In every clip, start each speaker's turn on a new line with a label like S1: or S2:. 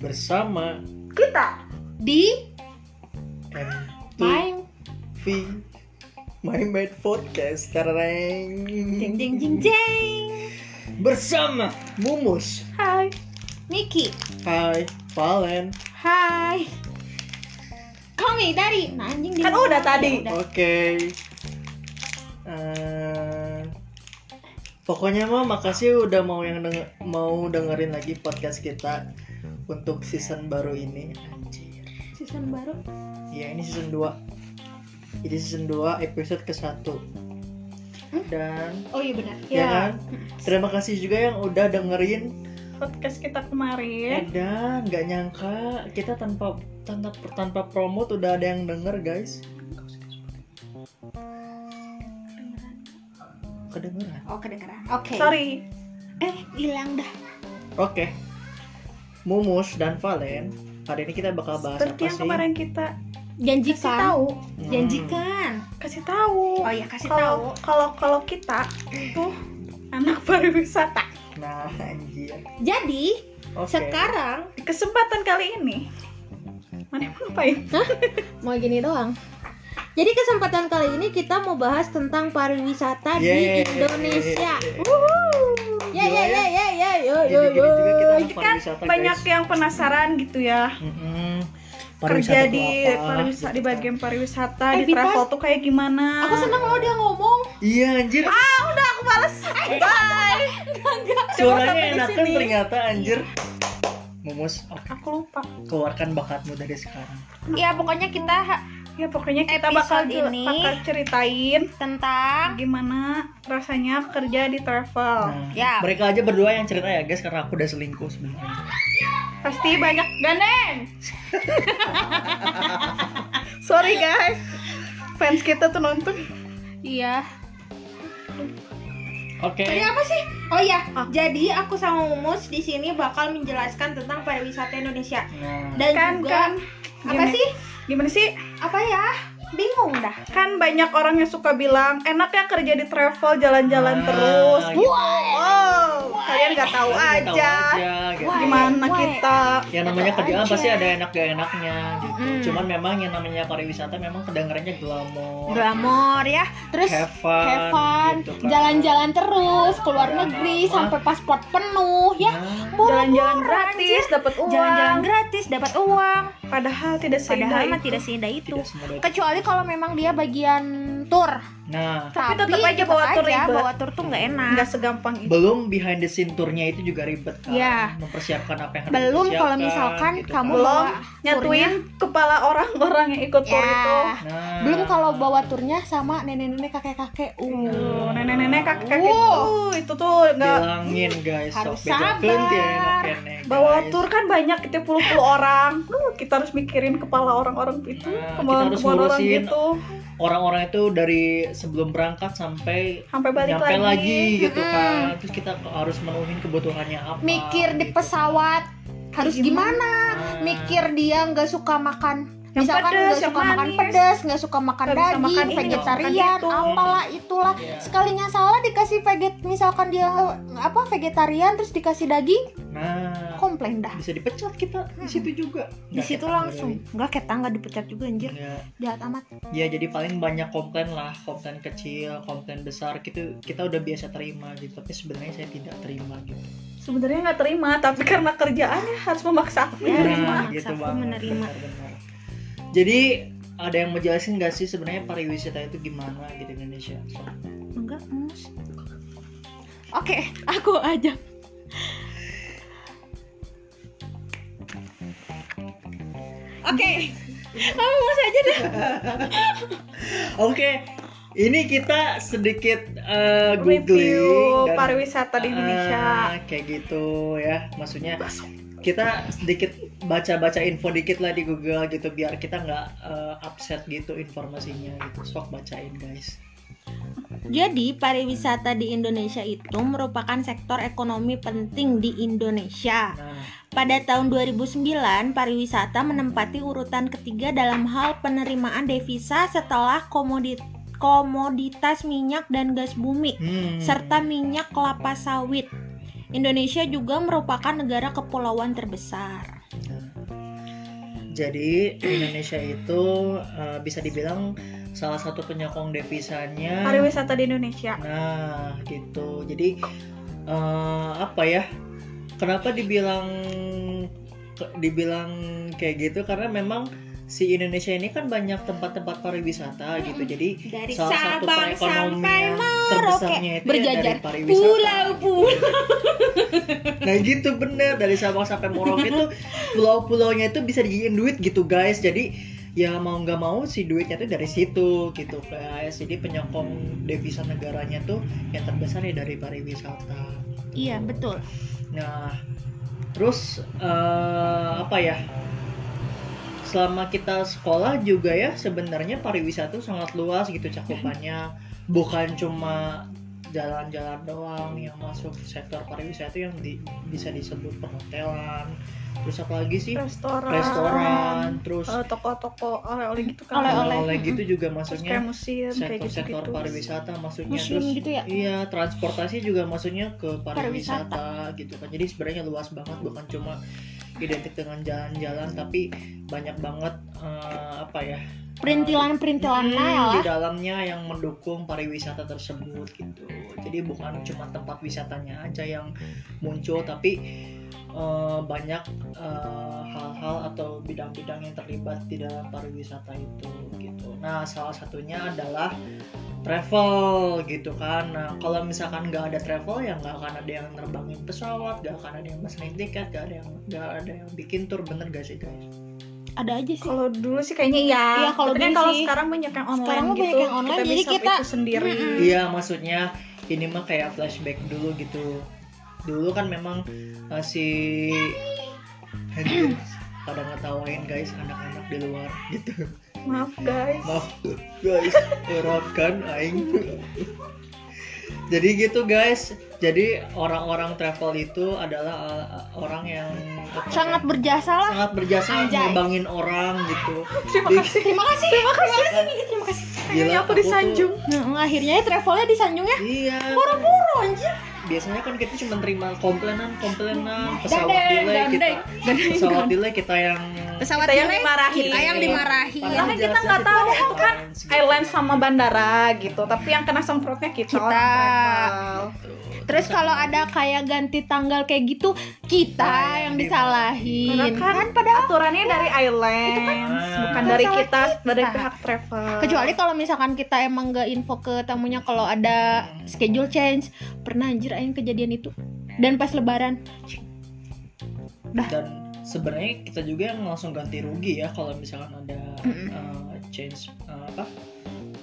S1: bersama
S2: Kita
S3: di
S1: M2V
S3: main
S1: My Bad Podcast Kareng
S3: jeng jeng jeng jeng
S1: Bersama Mumus
S3: hai Niki
S1: Hai Valen
S3: hai kami dari nah, anjing dia
S2: Kan
S3: ngomong.
S2: udah tadi.
S3: Ya udah.
S1: Oke Eh, Pokoknya mah makasih udah mau yang denger- mau dengerin lagi podcast kita untuk season baru ini Anjir
S3: season baru
S1: Ya ini season 2 Jadi season 2 episode ke 1 Dan
S3: oh iya benar
S1: ya. kan? Terima kasih juga yang udah dengerin
S2: podcast kita
S3: Eh,
S2: kemarin.
S1: Dan nggak nyangka kita tanpa tanpa tanpa promote udah ada yang denger guys Kedengeran
S3: oh kedengeran oke
S2: Sorry.
S3: eh hilang dah
S1: Oke Mumus dan Valen Hari ini kita bakal bahas apa
S2: Seperti yang
S1: sih?
S2: kemarin kita kasih
S3: janjikan
S2: tahu,
S1: Hmm,
S3: janjikan
S2: kasih tahu.
S3: oh iya kasih tahu
S2: Kalau kalau kalau kita itu anak pariwisata.
S1: Nah anjir
S3: jadi
S1: Oke
S3: sekarang
S2: Di kesempatan kali ini mana mau ngapain?
S3: mau gini doang jadi kesempatan kali ini kita mau bahas tentang pariwisata
S1: Yeay.
S3: di Indonesia. Ya ya
S1: Gila
S3: ya ya ya yo yo
S1: Jadi
S3: yo.
S1: gini juga kita anak
S2: Jadi kan
S1: pariwisata, guys.
S2: banyak yang penasaran gitu ya.
S1: Mm-mm.
S2: Kerja
S1: Pariwisata
S2: di
S1: tuh apa?
S2: pariwisata di bagian pariwisata,
S3: Eh,
S2: di
S3: Bintang.
S2: travel tuh kayak gimana?
S3: Aku seneng loh dia ngomong.
S1: Iya anjir
S2: Ah, udah aku balas. Bye.
S1: Suaranya
S2: sampai di
S1: enakan
S2: sini.
S1: ternyata anjir Mumus oke.
S2: Aku lupa.
S1: keluarkan bakatmu dari sekarang
S3: Ya pokoknya kita ha-
S2: Ya pokoknya kita bakal
S3: Episode
S2: jel-
S3: ini.
S2: bakal ceritain
S3: tentang
S2: gimana rasanya kerja di travel.
S1: Nah,
S3: Ya.
S1: mereka aja berdua yang cerita ya guys karena aku udah selingkuh sebenarnya
S2: Pasti banyak gandeng. Sorry guys. Fans kita tuh nonton.
S3: iya.
S1: oke
S3: Tadi apa sih? Oh iya, jadi aku sama Mumus di sini bakal menjelaskan tentang pariwisata Indonesia
S1: nah,
S3: dan
S2: Kan
S3: juga
S2: kan.
S3: apa
S2: Gimana-
S3: sih?
S2: Gimana sih?
S3: Apa ya? Bingung dah.
S2: Kan banyak orang yang suka bilang enak ya kerja di travel jalan-jalan
S1: Ah,
S2: terus.
S1: gitu.
S2: Wow, kalian nggak tahu
S1: Kalian tahu
S2: aja.
S1: aja, gitu.
S3: Wah.
S2: Gimana
S3: Wah.
S2: kita?
S1: yang namanya
S3: Tahu
S1: kerjaan
S3: aja.
S1: pasti ada enak gak enaknya gitu
S3: Mm.
S1: cuman memang yang namanya pariwisata memang kedengarannya glamor
S3: Glamor ya. Terus
S1: have fun,
S3: have fun,
S1: gitu kan.
S3: jalan-jalan terus ke luar
S1: Ya,
S3: negeri
S1: mah.
S3: sampai paspor penuh ya.
S1: Nah,
S2: Jalan-jalan
S3: Murah-murah,
S2: gratis
S3: anjir.
S2: dapat uang.
S3: Jalan-jalan gratis dapat uang.
S2: Padahal tidak seindah
S3: Padahal mah
S2: itu.
S3: tidak seindah itu.
S1: tidak semudah itu.
S3: Kecuali kalau memang dia bagian tour.
S1: nah
S2: Tapi tetap aja bawa tour ribet.
S3: bawa tour tuh nggak enak.
S2: nggak segampang itu.
S1: belum behind the scene tournya itu juga ribet kan
S3: Iya.
S1: mempersiapkan apa yang harus
S3: Belum
S1: dipersiapkan,
S3: kalau misalkan
S1: gitu
S3: kamu
S1: kan.
S2: Belum
S3: bawa
S2: nyatuin kepala orang-orang yang ikut
S3: ya.
S2: tour itu.
S1: Nah.
S3: Belum kalau bawa turnya sama nenek-nenek kakek-kakek. Uh.
S2: Tuh, nenek-nenek kakek-kakek
S3: Wow.
S2: uh, itu tuh nggak
S1: bilangin guys
S3: Harus
S1: sok bejakeun
S3: sabar.
S1: ti enak kene,
S2: bawa
S1: guys.
S2: tur kan banyak itu puluh-puluh orang. Duh, kita harus mikirin kepala orang-orang itu,
S1: Nah, kita harus
S2: kemauan-kemauan orang
S1: ngurusin
S2: gitu,
S1: orang-orang itu dari sebelum berangkat sampai
S2: sampai balik
S1: nyampe
S2: lagi.
S1: lagi. gitu kan terus kita harus menuhin kebutuhannya apa
S3: Mikir di
S1: gitu.
S3: pesawat harus gimana?
S1: Nah,
S3: Mikir dia nggak suka makan
S2: Yang
S3: misalkan
S2: pedes,
S3: nggak
S2: yang
S3: suka makan
S2: manis.
S3: pedas, nggak suka makan gitu.
S2: Nggak bisa
S3: daging,
S2: makan ini,
S3: vegetarian,
S2: nggak bisa makan itu.
S3: apalah itulah.
S1: Iya.
S3: Sekalinya salah dikasih veget, misalkan dia eh, apa vegetarian terus dikasih daging,
S1: nah
S3: komplain dah.
S1: bisa dipecat kita di situ juga
S3: Di
S1: Nggak
S3: situ
S1: kita
S3: langsung nggak ketang nggak dipecat juga
S1: peduli.
S3: anjir
S1: Iya.
S3: jahat amat
S1: ya jadi paling banyak komplain lah komplain kecil komplain besar gitu kita udah biasa terima gitu tapi sebenarnya saya tidak terima gitu
S2: Sebenarnya nggak terima, tapi karena kerjaannya harus memaksa.
S3: Ya,
S1: Nah,
S3: memaksa
S1: gitu
S3: aku
S1: banget.
S3: menerima.
S1: Benar-benar. Jadi ada yang mau jelasin gak sih sebenarnya pariwisata itu gimana gitu di Indonesia?
S3: enggak mus oke aku aja oke kamu mus aja deh
S1: Oke, ini kita sedikit eh,
S2: Review
S1: googling dan-
S2: pariwisata di Indonesia.
S1: Ah, kayak gitu ya, maksudnya kita sedikit baca-baca info dikit lah di Google gitu biar kita nggak eh, upset gitu informasinya gitu. Sok bacain guys.
S3: Jadi, pariwisata di Indonesia itu merupakan sektor ekonomi penting di Indonesia.
S1: Nah,
S3: Pada tahun 2009, pariwisata menempati urutan ketiga dalam hal penerimaan devisa setelah komodi- komoditas minyak dan gas bumi.
S1: hmm.
S3: serta minyak kelapa sawit. Indonesia juga merupakan negara kepulauan terbesar.
S1: Nah, Jadi Indonesia itu eh, bisa dibilang salah satu penyokong devisanya.
S2: pariwisata di Indonesia
S1: Nah, gitu. Jadi eh, apa ya? Kenapa dibilang ke- dibilang kayak gitu? Karena memang si Indonesia ini kan banyak tempat-tempat pariwisata gitu. Jadi
S3: dari
S1: salah
S3: Sabang
S1: satu
S3: sampai
S1: perekonomian
S3: Merauke
S1: terbesarnya itu ya
S3: berjajar
S1: dari pariwisata.
S3: pulau-pulau.
S1: Nah gitu bener dari Sabang sampai Merauke itu pulau-pulaunya itu bisa dijadiin duit gitu guys. Jadi ya mau nggak mau si duitnya tuh dari situ gitu guys. Jadi penyokong devisa negaranya tuh yang terbesar ya dari pariwisata.
S3: Iya betul.
S1: Nah, terus eh, apa ya? Selama kita sekolah juga ya sebenarnya pariwisata tuh sangat luas gitu cakupannya. Bukan cuma jalan-jalan doang yang masuk sektor pariwisata yang di- bisa disebut perhotelan. Terus apa lagi sih?
S2: restoran,
S1: Restoran, terus
S2: eh, toko-toko oleh-oleh gitu kan
S3: Oleh-oleh.
S1: oleh-oleh gitu juga
S2: Terus
S1: maksudnya
S2: kayak museum kayak gitu
S1: sektor-sektor
S2: gitu
S1: pariwisata maksudnya
S3: Museum
S1: terus
S3: gitu ya.
S1: Iya, transportasi juga maksudnya ke
S3: Pariwisata.
S1: pariwisata, gitu kan. Jadi sebenarnya luas banget bukan cuma identik dengan jalan-jalan tapi banyak banget eh, apa ya?
S3: Perintilan-perintilan
S1: hmm,
S3: nah
S1: di
S3: lah.
S1: dalamnya yang mendukung pariwisata tersebut gitu. Jadi bukan cuma tempat wisatanya aja yang muncul tapi eh, banyak eh, hal-hal atau bidang-bidang yang terlibat di dalam pariwisata itu gitu. Nah, salah satunya adalah travel gitu kan nah kalau misalkan nggak ada travel ya nggak akan ada yang nerbangin pesawat nggak akan ada yang pesenin tiket nggak ada yang nggak ada yang bikin tour bener gak sih guys
S3: Ada aja sih.
S2: kalau dulu sih kayaknya iya.
S3: Iya, kalau
S2: Tapi kan
S3: dulu
S2: kalau
S3: sih.
S2: sekarang banyak yang online
S3: Sekarang mah
S2: gitu.
S3: banyak yang online,
S2: kita
S3: jadi
S2: bisa
S3: kita-
S2: itu sendiri.
S3: Mm-mm.
S1: iya maksudnya ini mah kayak flashback dulu gitu dulu kan memang masih Aduh, pada ngetawain guys anak-anak di luar gitu
S2: Maaf guys.
S1: maaf guys erot kan aing jadi gitu guys jadi orang-orang travel itu adalah uh, orang yang apa ya,
S3: Sangat berjasa lah.
S1: sangat berjasa
S3: Anjay.
S1: ngembangin orang gitu
S2: Terima
S1: Di-
S2: kasih.
S3: Terima kasih. Terima kasih. Terima kasih. Terima kasih.
S2: Kayaknya aku
S1: tuh-
S2: disanjung.
S3: Nah, akhirnya travelnya disanjung ya.
S1: iya
S3: Boro-boro anjir.
S1: biasanya kan kita cuma terima komplainan komplainan pesawat
S3: Iya. Dandeng,
S1: delay kita
S3: dandeng, dandeng.
S1: pesawat delay kita yang
S3: Pesawat
S2: Kita yang
S3: delay,
S2: dimarahin.
S3: Kita yang dimarahin.
S1: Padahal
S2: Karena kita
S1: jelasnya
S2: nggak tahu,
S1: ada
S2: itu kan
S1: apaan sih.
S2: Airline sama bandara gitu. Tapi yang kena semprotnya kita.
S3: Kita. Terus kalau ada kayak ganti tanggal kayak gitu,
S1: Nah,
S3: kita yang
S1: yang
S2: Karena
S3: disalahin.
S2: kan aturannya dari airlines,
S1: Itu kan
S2: bukan
S1: masalah
S2: dari kita, dari
S3: kita.
S2: pihak travel.
S3: Kecuali kalau misalkan kita emang nggak info ke tamunya kalau ada schedule change. Pernah anjir aing kejadian itu. Dan pas lebaran.
S1: dan sebenarnya kita juga yang langsung ganti rugi ya kalau misalkan ada
S3: Mm-mm.
S1: uh, change uh, apa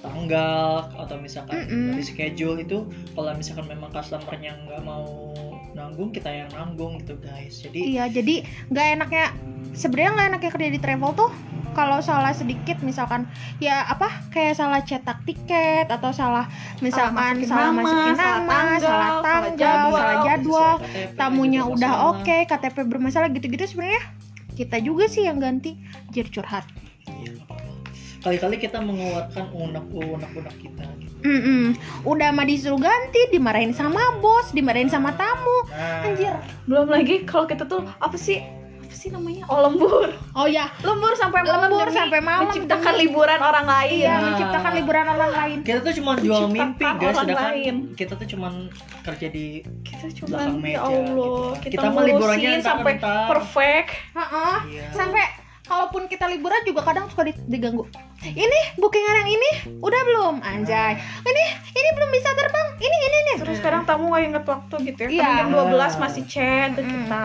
S1: tanggal atau misalkan
S3: Mm-mm.
S1: dari schedule itu kalau misalkan memang customernya nggak mau nanggung kita yang nanggung gitu guys jadi
S3: Iya, jadi nggak enaknya sebenarnya nggak enaknya kerja di travel tuh kalau salah sedikit misalkan ya apa kayak salah cetak tiket atau salah misalkan
S2: masukin
S3: salah
S2: nama,
S3: masukin
S2: salah
S3: nama, salah,
S2: tanggal, salah
S3: tanggal,
S2: jadwal.
S3: salah Iya, jadwal,
S1: sesuai KTP juga
S3: tamunya
S1: masalah.
S3: udah oke, KTP bermasalah gitu-gitu sebenarnya kita juga sih yang ganti jir curhat.
S1: Iya, nggak apa-apa. kali-kali kita mengeluarkan unek-unek kita gitu.
S3: Mm-mm. Udah mah disuruh ganti, dimarahin sama bos, dimarahin sama tamu.
S1: nah
S3: Anjir.
S2: belum lagi kalau kita tuh apa sih? Apa sih namanya? Oh, lembur.
S3: Oh ya,
S2: Lembur sampai malam
S3: Lembur
S2: demi
S3: sampai malam
S2: menciptakan
S3: demi-
S2: liburan orang lain.
S3: iya
S1: Nah.
S3: menciptakan liburan orang lain.
S1: kita tuh cuma jual
S2: Menciptakan
S1: mimpi guys
S2: orang
S1: sedangkan
S2: lain.
S1: kita tuh cuma kerja di
S2: Kita
S1: belakang
S2: cuman
S1: meja
S2: ya Allah,
S1: gitu.
S2: kita,
S1: kita mah liburannya Iya.
S2: ngurusin
S1: entar
S2: sampai perfect.
S3: Heeh. sampai kalaupun kita liburan juga kadang suka di- diganggu ini bookingan yang ini udah belum anjay ini ini belum bisa terbang ini ini ini
S2: Terus kadang tamu nggak inget waktu gitu ya.
S3: Iya.
S2: Kadang jam 12 masih chat ke
S3: Mm.
S2: kita.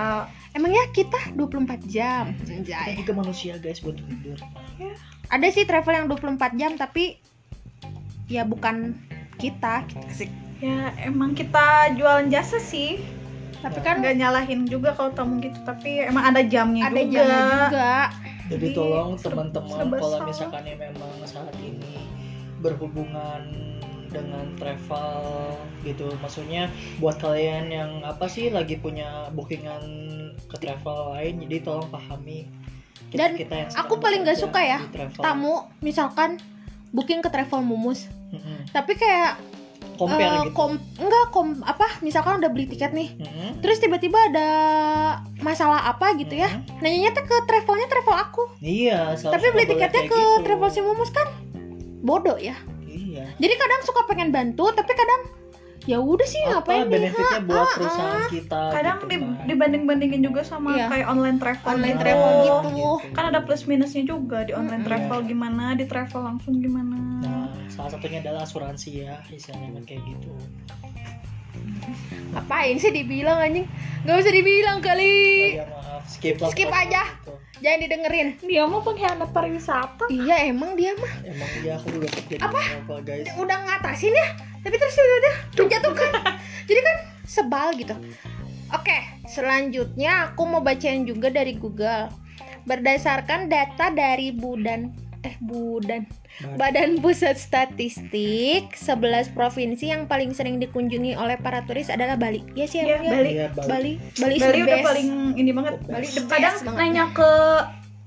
S3: emangnya kita 24 jam
S1: Kita
S3: anjay
S1: juga manusia guys buat tidur.
S3: ada sih travel yang 24 jam tapi ya bukan kita Asik.
S2: Ya emang kita jualan jasa sih.
S3: tapi kan
S2: Nggak nyalahin juga kalau tamu gitu, tapi emang ada jamnya
S3: ada
S2: juga.
S3: jamnya juga
S1: Jadi
S2: Jadi,
S1: tolong
S2: serba-
S1: teman-teman
S2: serba
S1: kalau
S2: salah.
S1: misalkan yang memang saat ini berhubungan dengan travel gitu maksudnya buat kalian yang apa sih lagi punya bookingan ke travel lain jadi tolong pahami
S3: Dan
S1: yang
S3: aku
S1: sedang
S3: paling nggak
S1: bekerja
S3: suka ya,
S1: di travel.
S3: tamu misalkan booking ke travel mumus
S1: Mm-mm.
S3: tapi kayak eh,
S1: compare gitu.
S3: kom- enggak kom apa misalkan udah beli tiket nih
S1: Mm-mm.
S3: terus tiba-tiba ada masalah apa gitu ya
S1: Mm-mm.
S3: nanyanya tuh ke travelnya travel aku
S1: Iya,
S3: tapi beli
S1: seharusnya nggak boleh
S3: tiketnya
S1: kayak
S3: ke
S1: gitu.
S3: travel si mumus kan bodoh ya
S1: Iya.
S3: jadi kadang suka pengen bantu tapi kadang ya udah sih
S1: Apa
S3: ngapain nih
S1: benefitnya buat
S3: ah,
S1: perusahaan kita
S2: kadang
S1: gitu,
S2: di-
S1: Mai.
S2: dibanding-bandingin juga sama
S3: Iya.
S2: kayak online travel
S3: Online
S2: gitu.
S3: travel gitu.
S2: kan ada plus minusnya juga di online
S3: Mm-mm.
S2: travel gimana di travel langsung gimana
S1: Nah, salah satunya adalah asuransi ya, istilahnya kan kayak gitu.
S3: ngapain sih dibilang anjing nggak usah dibilang
S2: Iya.
S1: Oh,
S3: kali
S1: ya, maaf, skip lah.
S3: Skip
S1: pokoknya
S3: aja.
S1: gitu.
S3: jangan didengerin
S2: dia mau pengkhianat pariwisata
S3: iya emang dia mah
S1: Emang iya aku juga jadi travel guys.
S3: udah ngatasin ya tapi terus udah menjatuhkan jadi kan sebal gitu oke selanjutnya aku mau bacain juga dari Google berdasarkan data dari Budan eh Budan Badan Pusat Statistik, 11 provinsi yang paling sering dikunjungi oleh para turis adalah Bali. Ya sih, emang
S2: Iya,
S3: ya.
S2: Bali.
S1: Iya, Bali.
S3: Bali. Bali, is
S2: Bali
S3: the
S2: udah
S3: best.
S2: paling ini banget
S1: Bali
S3: the best
S2: kadang
S3: banget.
S2: Iya, nanya ke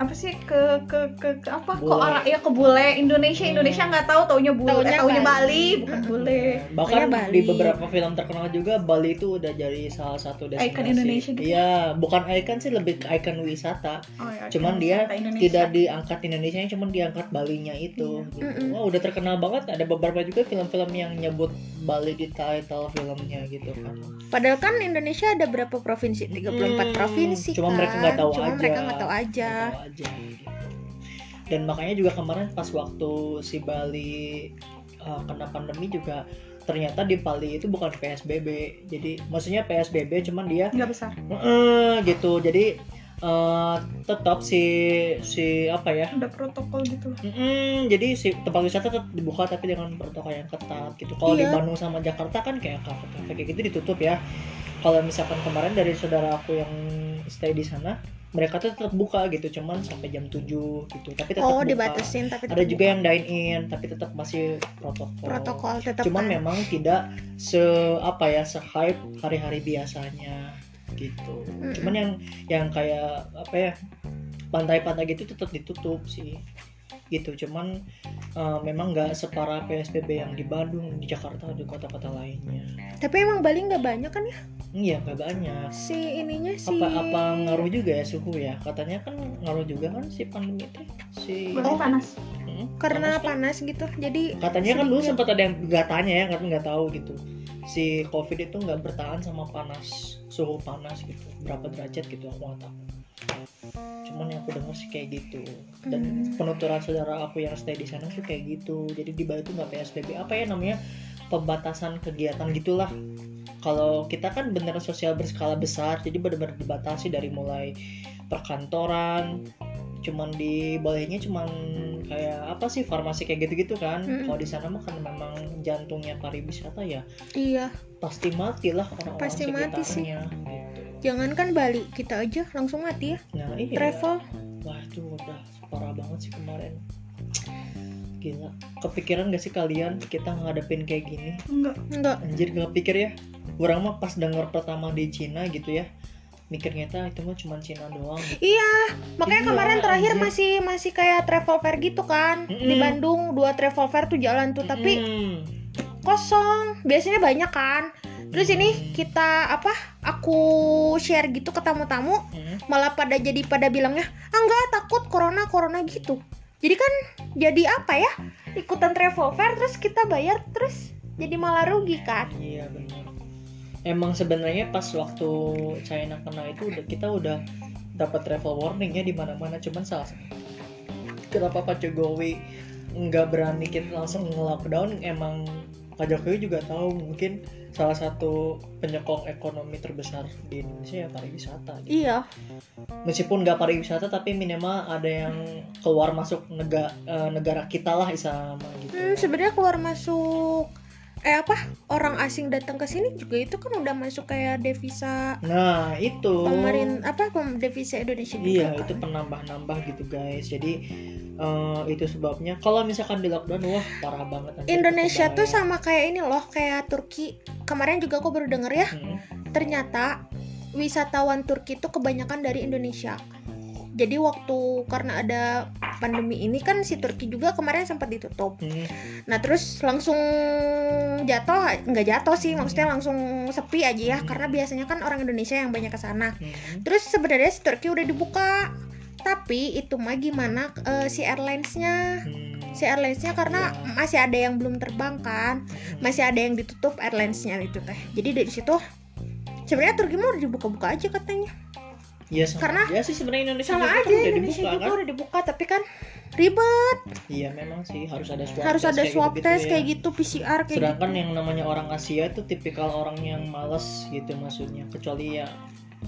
S2: apa sih ke ke ke, ke apa ke
S1: Bule.
S2: orang ya ke bule Indonesia
S1: Hmm.
S2: Indonesia nggak tahu taunya bule
S3: Taunya
S2: eh, taunya
S3: Bali.
S2: Bali, bukan bule
S1: Bahkan
S3: Pokoknya Bali.
S1: di beberapa film terkenal juga Bali itu udah jadi salah satu destinasi.
S2: Icon Indonesia gitu.
S1: Iya, bukan icon sih lebih ke icon wisata.
S2: Oh, ya,
S1: Cuman
S2: oke.
S1: dia
S2: Kata Indonesia.
S1: Tidak diangkat Indonesia, cuman diangkat Balinya itu.
S2: Iya.
S1: gitu.
S3: Mm-mm.
S1: Wah, udah terkenal banget. Ada beberapa juga film-film yang nyebut Bali di title filmnya gitu kan.
S3: Padahal kan Indonesia ada berapa provinsi? 34
S1: Hmm,
S3: provinsi kan.
S1: cuma mereka nggak tahu
S3: Cuma
S1: aja.
S3: mereka nggak tahu aja.
S1: Nggak tahu aja, gitu. Dan makanya juga kemarin pas waktu si Bali uh, kena pandemi juga ternyata di Bali itu bukan PSBB. Jadi maksudnya PSBB cuman dia
S2: nggak besar
S1: "Eh," gitu. Jadi eh, tetap si si apa ya?
S2: ada protokol gitu lah
S1: "Mm-mm," jadi si tempat wisata tetap dibuka tapi dengan protokol yang ketat gitu. Kalau di
S3: Iya. Hmm.
S1: Bandung sama Jakarta kan kayak kafe-kafe kayak gitu ditutup ya. Kalau misalkan kemarin dari saudara aku yang stay di sana, mereka tuh tetap buka gitu, cuman sampai jam 7 gitu. Tapi tetap
S3: Oh,
S1: buka.
S3: dibatasin tapi
S1: Ada
S3: tetap
S1: juga yang dine in, tapi tetap masih protokol.
S3: protokol tetap
S1: Cuman
S3: kan.
S1: memang tidak se apa ya, se hype hari-hari biasanya gitu.
S3: Mm-mm.
S1: Cuman yang yang kayak apa ya pantai-pantai gitu tetap ditutup sih gitu cuman eh, memang nggak separah PSBB yang di Bandung di Jakarta di kota-kota lainnya
S3: Tapi emang Bali nggak banyak kan ya
S1: iya nggak banyak
S3: si ininya si
S1: apa apa ngaruh juga ya suhu ya katanya kan ngaruh juga kan si pandemi itu si
S2: Berarti panas
S1: Hmm,
S3: karena
S1: panas kan?
S3: panas gitu. Jadi
S1: katanya kan dulu
S3: sedikit.
S1: sempat ada yang katanya ya kan nggak tahu gitu si covid itu nggak bertahan sama panas suhu panas gitu berapa derajat gitu aku nggak tahu cuman yang aku dengar sih kayak gitu dan
S3: Hmm.
S1: penuturan saudara aku yang stay di sana sih kayak gitu jadi di Bali tuh nggak psbb apa ya namanya pembatasan kegiatan gitulah kalau kita kan beneran sosial berskala besar jadi benar-benar dibatasi dari mulai perkantoran cuman dibolehnya cuman kayak apa sih farmasi kayak gitu-gitu kan
S3: Mm-mm.
S1: kalau di sana mah kan memang jantungnya pariwisata ya
S3: iya,
S1: pasti mati lah orang-orang
S3: Pasti mati sih.
S1: sekitarnya, gitu.
S3: jangankan kan Bali, kita aja langsung mati ya.
S1: nah iya
S3: Travel
S1: wah itu udah parah banget sih kemarin gila kepikiran gak sih kalian kita ngadepin kayak gini
S2: enggak
S3: enggak
S1: anjir gak pikir ya kurang mah pas denger pertama di Cina gitu ya mikirnya "Tah, itu mah cuma Cina doang gitu.
S3: Iya, makanya
S1: Iya,
S3: kemarin terakhir
S1: anjir.
S3: masih masih kayak travel fair gitu kan. Di
S1: Mm-mm.
S3: Bandung dua travel fair tuh jalan tuh, tapi
S1: Mm.
S3: kosong. Biasanya banyak kan. Terus ini kita apa? Aku share gitu ke tamu-tamu,
S1: Mm.
S3: malah pada jadi pada bilangnya, "Ah enggak, takut corona, corona gitu." Jadi kan jadi apa ya? Ikutan travel fair terus kita bayar terus jadi malah rugi kan.
S1: Iya benar. Emang sebenarnya pas waktu China kena itu udah kita udah dapat travel warning ya di mana-mana cuman salah kenapa Pak Jokowi nggak berani kita langsung nge-lockdown emang Pak Jokowi juga tahu mungkin salah satu penyokong ekonomi terbesar di Indonesia ya pariwisata gitu.
S3: Iya,
S1: meskipun nggak pariwisata tapi minimal ada yang keluar masuk negara negara kita lah sama gitu
S3: Hmm, sebenarnya keluar masuk eh apa orang asing datang ke sini juga itu kan udah masuk kayak devisa
S1: nah itu
S3: pemerin apa pem- devisa Indonesia juga
S1: Iya,
S3: kan.
S1: itu penambah-nambah gitu guys. Jadi eh, itu sebabnya kalau misalkan di lockdown wah parah banget. anjir,
S3: Indonesia
S1: kebayang.
S3: tuh sama kayak ini loh kayak Turki kemarin juga aku baru denger ya
S1: Hmm.
S3: ternyata wisatawan Turki itu kebanyakan dari Indonesia Jadi waktu karena ada pandemi ini kan si Turki juga kemarin sempat ditutup.
S1: Hmm.
S3: Nah terus langsung jatuh nggak jatuh sih maksudnya langsung sepi aja ya karena biasanya kan orang Indonesia yang banyak ke sana.
S1: Hmm.
S3: Terus sebenarnya si Turki udah dibuka tapi itu mah gimana eh, si airlinesnya
S1: Hmm.
S3: si airlinesnya karena masih ada yang belum terbang kan
S1: hmm.
S3: masih ada yang ditutup airlinesnya itu teh jadi dari situ sebenarnya Turki mah udah dibuka-buka aja katanya
S1: Ya, sama
S3: karena-
S1: aja sih sebenarnya Indonesia
S3: sama
S1: juga
S3: aja
S1: kan udah
S3: Indonesia
S1: dibuka
S3: juga
S1: kan.
S3: udah dibuka tapi kan ribet
S1: Iya memang sih harus ada swab
S3: harus
S1: test
S3: ada
S1: kayak
S3: swab
S1: gitu-gitu
S3: test
S1: ya.
S3: kayak gitu PCR kayak gitu
S1: Sedangkan yang namanya orang Asia itu tipikal orang yang males gitu maksudnya. Kecuali ya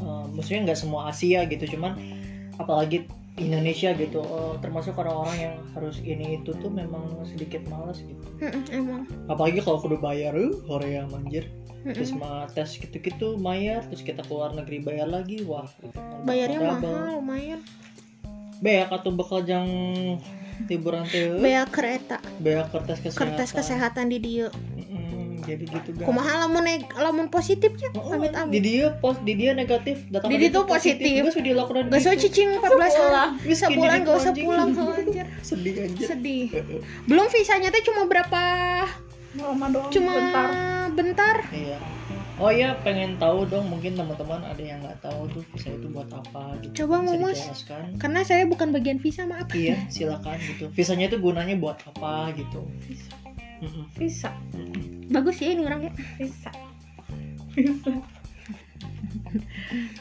S1: eh, maksudnya nggak semua Asia gitu, cuman apalagi Indonesia gitu eh, termasuk orang-orang yang harus ini itu tuh memang sedikit males gitu.
S3: Mm-mm, emang
S1: Apalagi kalau kudu bayar uh, Korea manjir.
S3: Mm-mm.
S1: Terus mah tes gitu-gitu bayar, terus kita keluar negeri bayar lagi. Wah, itu mah
S3: bayarnya
S1: bakal double.
S3: mahal lumayan
S1: Beak atau bekal jang liburan teh.
S3: bea kereta
S1: Beak kertas kesehatan.
S3: kertas kesehatan di dia
S1: Mm-mm, jadi gitu kan.
S3: kumaha lamun neg lamun positifnya
S1: Oh,
S3: amit
S1: Di
S3: amit
S1: dia pos, di dia negatif, datang
S3: Di
S1: lagi
S3: dia tuh positif.
S1: Gue sudah gitu. dilakukan
S3: gak usah
S1: Oh,
S3: cicing 14 hari
S2: Pulang.
S3: bisa
S1: Miskin
S3: pulang
S1: diri
S3: gak usah
S1: anjing.
S3: pulang heuh, anjir
S1: gitu. Sedih anjir.
S3: sedih belum visanya teh cuma berapa
S2: Lama doang
S3: cuma
S2: bentar.
S3: bentar
S1: Iya. Oh iya, pengen tahu dong mungkin teman-teman ada yang nggak tahu tuh visa itu buat apa gitu.
S3: Coba,
S1: Bisa
S3: Mumus.
S1: dijelaskan.
S3: karena saya bukan bagian visa maaf
S1: Iya, silakan gitu. Visanya itu gunanya buat apa gitu.
S2: Visa.
S1: Mm-mm.
S2: Bisa,
S3: bagus ya ini orangnya
S2: bisa. Bisa.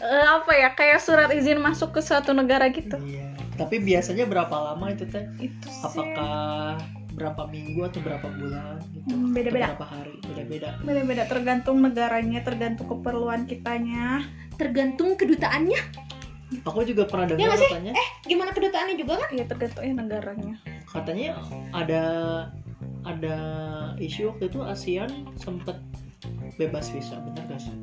S2: Eh, apa ya kayak surat izin masuk ke suatu negara gitu
S1: Iya. Tapi biasanya berapa lama itu teh?
S2: itu sih
S1: Apakah berapa minggu atau berapa bulan gitu?
S2: Hmm, beda-beda.
S1: Atau Berapa hari? Beda-beda.
S2: beda-beda tergantung negaranya tergantung keperluan kitanya
S3: tergantung kedutaannya
S1: Aku juga
S3: Iya
S1: pernah dengar
S3: nggak sih?
S1: katanya,
S3: gimana kedutaannya juga kan
S2: ya tergantung ya negaranya
S1: katanya ada ada isu waktu itu ASEAN sempet bebas visa, benar gak sih?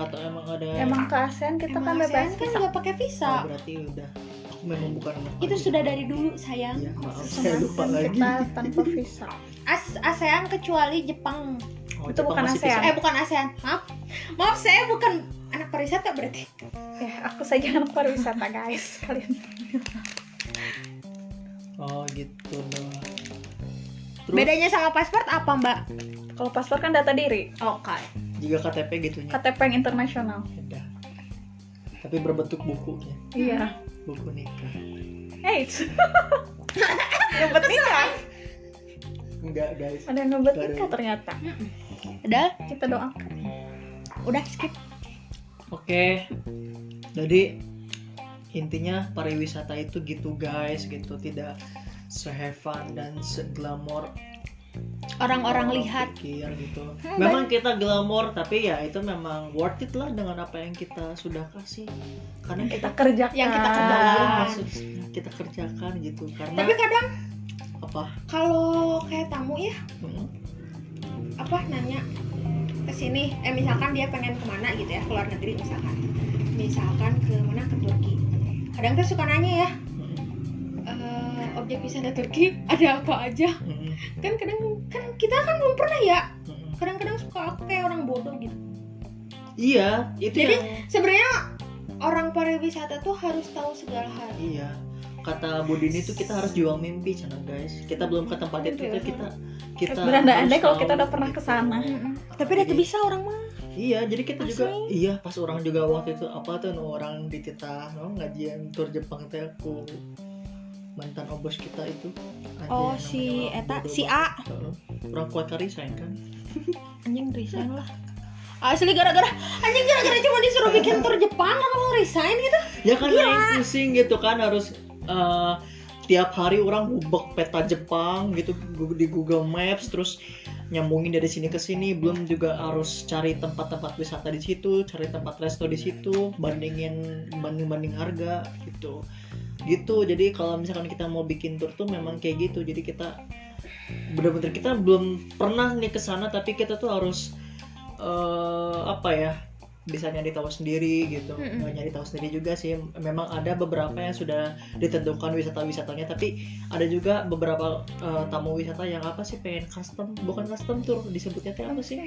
S1: Atau emang ada?
S2: emang ke ASEAN kita kan bebas
S3: kan nggak pakai visa
S1: Oh, berarti udah. Aku memang bukan anak
S3: itu
S1: ASEAN.
S3: sudah dari dulu sayang
S1: Iya, maaf, saya lupa
S2: Semakin
S1: lagi.
S2: kita tanpa visa
S3: As ASEAN kecuali Jepang
S1: Oh,
S2: itu
S1: Jepang
S2: bukan
S1: masih
S2: ASEAN.
S1: bisa.
S3: eh bukan ASEAN maaf maaf saya bukan anak pariwisata berarti
S2: eh aku saja anak pariwisata guys kalian
S1: Oh gitu loh. Terus
S3: bedanya sama paspor apa mbak
S2: kalau paspor kan data diri
S3: oke
S1: jika KTP gitunya
S2: KTP yang internasional
S1: beda. gitu Tapi berbentuk bukunya,
S2: iya
S1: buku nikah.
S2: hey ngebet nikah
S1: Enggak guys.
S2: ada yang ngebet nikah ternyata
S3: udah
S2: kita doakan
S3: udah skip
S1: Oke. Jadi intinya pariwisata itu gitu guys, gitu tidak sehevan dan seglamor
S3: orang-orang
S1: orang
S3: lihat
S1: pikir gitu.
S3: Hmm,
S1: Oh,
S2: Kan
S1: memang kita glamor tapi ya itu memang worth it lah dengan apa yang kita sudah kasih. Karena
S2: kita
S1: kita
S2: kerjakan
S3: Yang kita
S1: Iya,
S3: kerjakan.
S1: maksudnya kita kerjakan gitu karena
S3: tapi kadang
S1: apa?
S3: kalau kayak tamu ya
S1: Hmm,
S3: apa nanya ke sini eh misalkan dia pengen kemana gitu ya keluar negeri misalkan misalkan ke mana ke Turki kadang tuh suka nanya ya
S1: hmm,
S3: "Eh, objek wisata Turki ada apa aja
S1: hmm,
S3: kan kadang kan kita kan belum pernah ya
S1: hmm.
S3: kadang-kadang suka aku kayak orang bodoh gitu
S1: Iya,
S3: Jadi-
S1: itu yang
S3: sebenarnya orang pariwisata tuh harus tahu segala hal
S1: iya. Kata Budini itu kita harus jual mimpi, cina guys. Kita belum ke tempat itu,
S2: Iya.
S1: kita kita
S2: berandai-andai
S1: harus
S2: kalau
S1: tahu gitu.
S2: kita udah pernah ke sana.
S3: Iya. tapi udah tuh bisa orang mah
S1: Iya, jadi kita juga
S3: Asli.
S1: iya pas orang juga waktu itu apa tuh nu orang di titah no, ngajian tur Jepang teh aku mantan obos kita itu. Ada
S3: oh
S1: yang
S3: si
S1: namanya
S3: eta
S1: Wahab
S3: si
S1: Dodo.
S3: A
S1: Heeh. Orang kuat kari sayang kan.
S3: anjing resign lah asli gara-gara anjing gara-gara cuma disuruh bikin tur Jepang orang mau resign gitu
S1: Ya kan main pusing gitu kan harus eh, tiap hari orang ngubek peta Jepang gitu gu- di Google Maps terus nyambungin dari sini ke sini belum juga harus cari tempat-tempat wisata di situ cari tempat resto di situ bandingin banding banding harga gitu gitu jadi kalau misalkan kita mau bikin tour tuh memang kayak gitu jadi kita bener-bener kita belum pernah nih ke sana tapi kita tuh harus eh, apa ya bisa nyari tahu sendiri gitu
S3: Mm-mm.
S1: nggak nyari tahu sendiri juga sih memang ada beberapa yang sudah ditentukan wisata-wisatanya tapi ada juga beberapa eh, tamu wisata yang apa sih pengen custom bukan custom tour disebutnya teh apa sih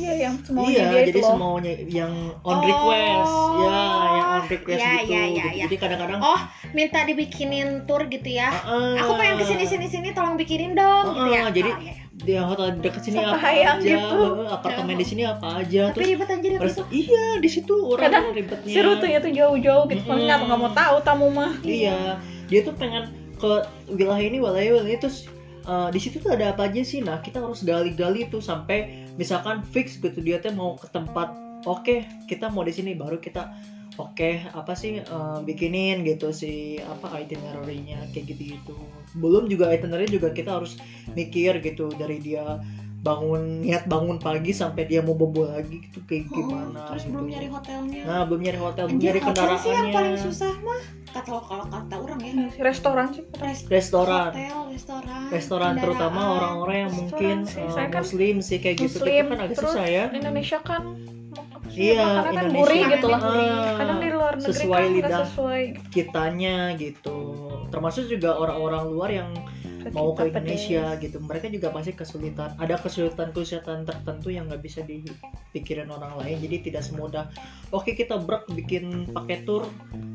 S2: Iya yang semuanya
S1: iya,
S3: gitu
S2: dia
S1: jadi
S2: itu loh.
S1: semaunya yang on
S3: Oh.
S1: request, ya, yang on request
S3: Ya, ya,
S1: gitu.
S3: ya,
S1: Jadi-
S3: ya.
S1: Jadi kadang-kadang,
S3: Oh, minta dibikinin tour gitu ya.
S1: "Ah,
S3: Aku pengen kesini sini sini tolong bikinin dong gitu ya.
S1: Heeh, jadi-
S3: Oh, iya, iya.
S1: Di hotel dekat sini apa aja,
S2: Sepahayang gitu.
S1: eh, apartemen di sini apa aja,
S3: tapi
S1: terus
S3: ribet anjir waktu itu.
S1: rest- iya di situ orang
S2: Kadang
S1: ribetnya.
S2: Si rutenya tuh jauh-jauh gitu.
S1: Mm-mm.
S2: Kalau nggak nggak mau tahu tamu mah.
S1: Iya, dia tuh pengen ke wilayah ini, wilayah wilayah ini terus eh, di situ tuh ada apa aja sih? Nah, kita harus gali-gali tuh sampai misalkan fix gitu dia tuh mau ke tempat oke, kita mau di sini baru kita oke apa sih eh, bikinin gitu si apa itinerary-nya kayak gitu-gitu. Belum juga itinerary juga kita harus mikir gitu dari dia bangun niat bangun pagi sampai dia mau bobo lagi gitu kayak gimana
S3: Oh, terus
S1: gitu.
S3: belum nyari hotelnya.
S1: Nah, belum nyari hotel, belum
S3: Anjir,
S1: nyari
S3: hotel sih yang paling
S1: kendaraannya.
S3: susah mah. Kata kalau kata orang ya.
S2: Si restoran sih.
S3: Res-
S1: Restoran.
S3: Hotel, restoran.
S1: restoran
S3: kendaraan.
S1: terutama orang-orang yang
S2: Nah, Restoran
S1: mungkin
S2: sih,
S1: eh,
S2: saya kan
S1: muslim sih kayak gitu
S2: Muslim,
S1: itu kan agak
S2: terus
S1: susah ya
S2: Indonesia kan mau apa sih,
S1: iya
S2: makannya kan
S1: Indonesia
S2: gurih gitu lah.
S1: Ah,
S2: Kadang di luar negeri
S1: sesuai
S2: kan nggak
S1: lidah
S2: sesuai.
S1: kitanya gitu termasuk juga orang-orang luar yang mau ke
S2: Kita pedes.
S1: Indonesia gitu mereka juga pasti kesulitan ada kesulitan kesulitan tertentu yang nggak bisa dipikirin orang lain jadi tidak semudah oke kita brek bikin paket tour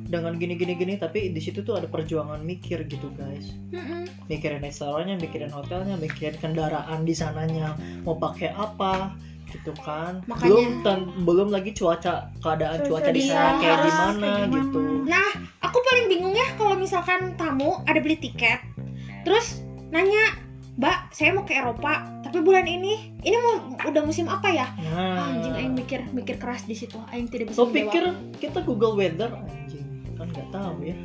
S1: dengan gini gini gini tapi di situ tuh ada perjuangan mikir gitu guys
S3: Mm-mm.
S1: mikirin restorannya, mikirin hotelnya, mikirin kendaraan di sananya mau pakai apa gitu kan.
S3: Makanya-
S1: Belum ten- belum lagi cuaca keadaan cuaca,
S2: Cuaca
S1: di
S2: di
S1: sana
S3: sana
S1: kayak
S3: harus
S1: gimana
S2: kayak gimana.
S1: gitu.
S3: Nah, aku paling bingung ya kalau misalkan tamu ada beli tiket, terus nanya, Mbak, saya mau ke Eropa, tapi bulan ini, ini mau udah musim apa ya?
S1: Nah,
S3: Anjing, Aing mikir, mikir keras di situ, Aing tidak bisa
S1: lo
S3: menjawab.
S1: pikir kita Google weather anjing kan nggak tahu ya.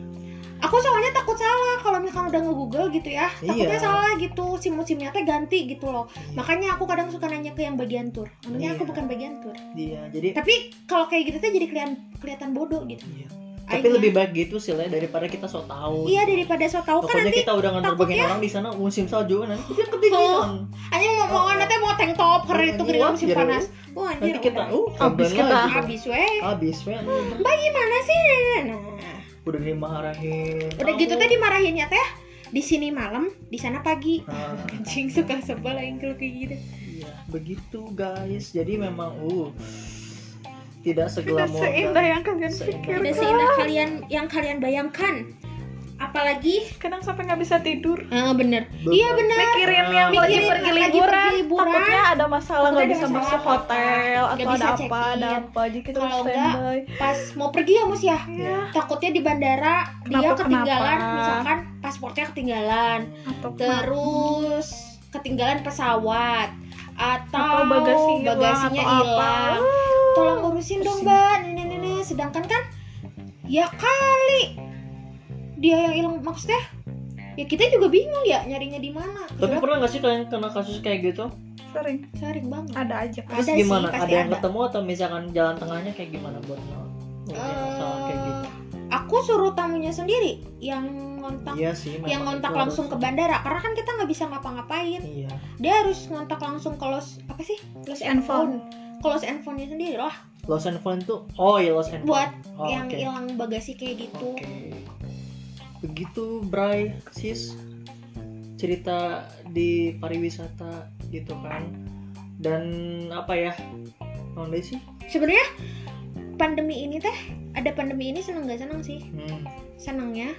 S3: Aku soalnya takut salah kalau misalkan udah nge-google gitu ya, takutnya
S1: Iya.
S3: salah gitu, si musimnya teh ganti gitu loh. Makanya aku kadang suka nanya ke yang bagian tour, makanya aku
S1: Iya.
S3: bukan bagian tour.
S1: Iya, jadi
S3: Tapi kalau kayak gitu teh jadi kelihatan kelihatan bodoh gitu.
S1: iya. tapi
S3: Aingnya.
S1: lebih baik gitu sih Le, daripada kita so tau.
S3: Iya daripada so tau kan
S1: Pokoknya
S3: nanti
S1: kita udah ngerbangin
S3: takutnya- Oh,
S1: orang di sana musim salju nanti dia ketinggian.
S3: anjing mau mau nanti mau tank top hari itu
S1: Oh. Iya,
S3: kering musim
S1: jadi-
S3: panas. Wah anjir.
S1: Nanti kita
S3: udah.
S1: gitu. uh
S2: Habis
S1: korban
S2: kita.
S1: lagi.
S3: habis weh.
S1: Habis men.
S3: Gimana sih? Nah,
S1: Udah dimarahin.
S3: udah gitu
S1: Tahu.
S3: teh dimarahinnya teh di sini malam, di sana pagi.
S1: Nah,
S3: Anjing suka sebel aing kalau kayak gitu.
S1: Iya, begitu guys. Jadi memang uh tidak kan.
S2: Tidak
S1: segelap
S2: seindah
S3: ya.
S2: yang kalian
S1: Seindah.
S2: pikirkan.
S3: Udah seindah kalian yang kalian bayangkan. Apalagi
S2: Kadang sampai nggak bisa tidur.
S3: ah bener.
S1: Bener.
S3: Iya bener.
S2: mikirin yang lagi
S3: Mikirin
S2: pergi
S3: lagi
S2: liburan,
S3: pergi liburan.
S2: takutnya ada masalah
S3: Takutnya
S2: nggak
S3: ada
S2: bisa
S3: masalah
S2: masuk
S3: apa.
S2: hotel
S3: Nggak
S2: atau
S3: bisa
S2: ada
S3: check
S2: apa ada
S3: in.
S2: apa jadi kita
S3: Kalau
S2: harus
S3: nggak,
S2: standby Iya.
S3: Pas mau pergi ya Mus ya.
S2: ya
S3: Takutnya di bandara dia
S2: Kenapa-kenapa.
S3: ketinggalan misalkan pasportnya ketinggalan.
S2: atau kenapa.
S3: terus ketinggalan pesawat atau
S2: atau bagasi hilang
S3: bagasinya
S2: atau apa.
S3: hilang tolong urusin dong
S1: Pusing.
S3: mbak nenek nenek sedangkan kan ya kali dia yang hilang maksudnya ya kita juga bingung ya nyarinya di mana
S1: Tapi
S3: Soalnya
S1: pernah nggak sih kalian kena kasus kayak gitu?
S2: sering
S3: sering banget
S2: ada aja
S1: Terus
S3: Ada sih,
S1: gimana?
S3: pasti
S1: ada yang
S3: ada.
S1: ketemu atau misalkan jalan tengahnya kayak gimana buat ngelawan? Oh, iya, masalah kayak gitu.
S3: Eh, aku suruh tamunya sendiri yang ngontak
S1: Iya sih.
S3: yang ngontak langsung ke bandara karena kan kita nggak bisa ngapa-ngapain
S1: Iya.
S3: dia harus ngontak langsung ke los apa sih los
S2: and found.
S3: close and foundnya sendiri lah
S1: Lost and found tuh. Oh iya lost and
S3: Buat
S1: found. Oh,
S3: yang
S1: oke.
S3: hilang bagasi kayak gitu
S1: Oke. Gitu. Begitu Bray, sis cerita di pariwisata gitu kan. Dan apa ya? Tahun sih?
S3: sebenarnya pandemi ini teh ada pandemi ini seneng gak seneng sih
S1: Hmm,
S3: senengnya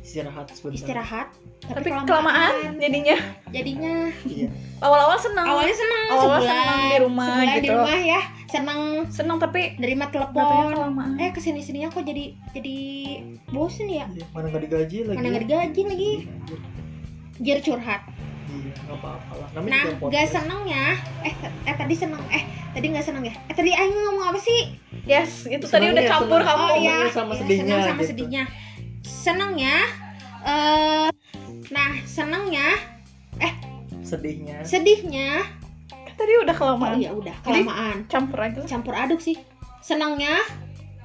S1: istirahat sebentar.
S3: istirahat
S2: tapi
S3: kelamaan
S2: kelamaan jadinya
S3: jadinya
S1: Iya.
S2: awal-awal seneng
S3: awalnya seneng
S2: Awalnya
S3: sebulan
S2: seneng di rumah
S3: sebulan di
S2: gitu.
S3: rumah ya seneng
S2: seneng tapi kan
S3: nerima
S2: katanya
S3: telepon
S2: kelamaan
S3: eh kesini sininya kok jadi jadi bosen ya
S1: Iya, Mana nggak digaji lagi.
S3: mana nggak digaji lagi jir curhat
S1: Iya, nggak apa-apa lah. Namanya
S3: nah
S1: juga
S3: gak
S1: podcast.
S3: senengnya eh t- eh tadi seneng eh tadi nggak seneng ya eh tadi Aing ngomong apa sih
S2: yes itu tadi
S1: Seneng
S2: udah
S1: ya,
S2: campur
S1: seneng.
S2: kamu
S3: Oh iya,
S1: Senang sama
S3: Iya,
S1: sedihnya,
S3: senang sama
S1: gitu.
S3: sedihnya. Senangnya eh nah, senangnya,
S1: Sedihnya.
S3: sedihnya.
S2: tadi udah
S3: Oh
S2: kelamaan
S3: iya udah,
S2: Jadi-
S3: kelamaan.
S2: campur aja lah.
S3: Campur aduk sih. Senangnya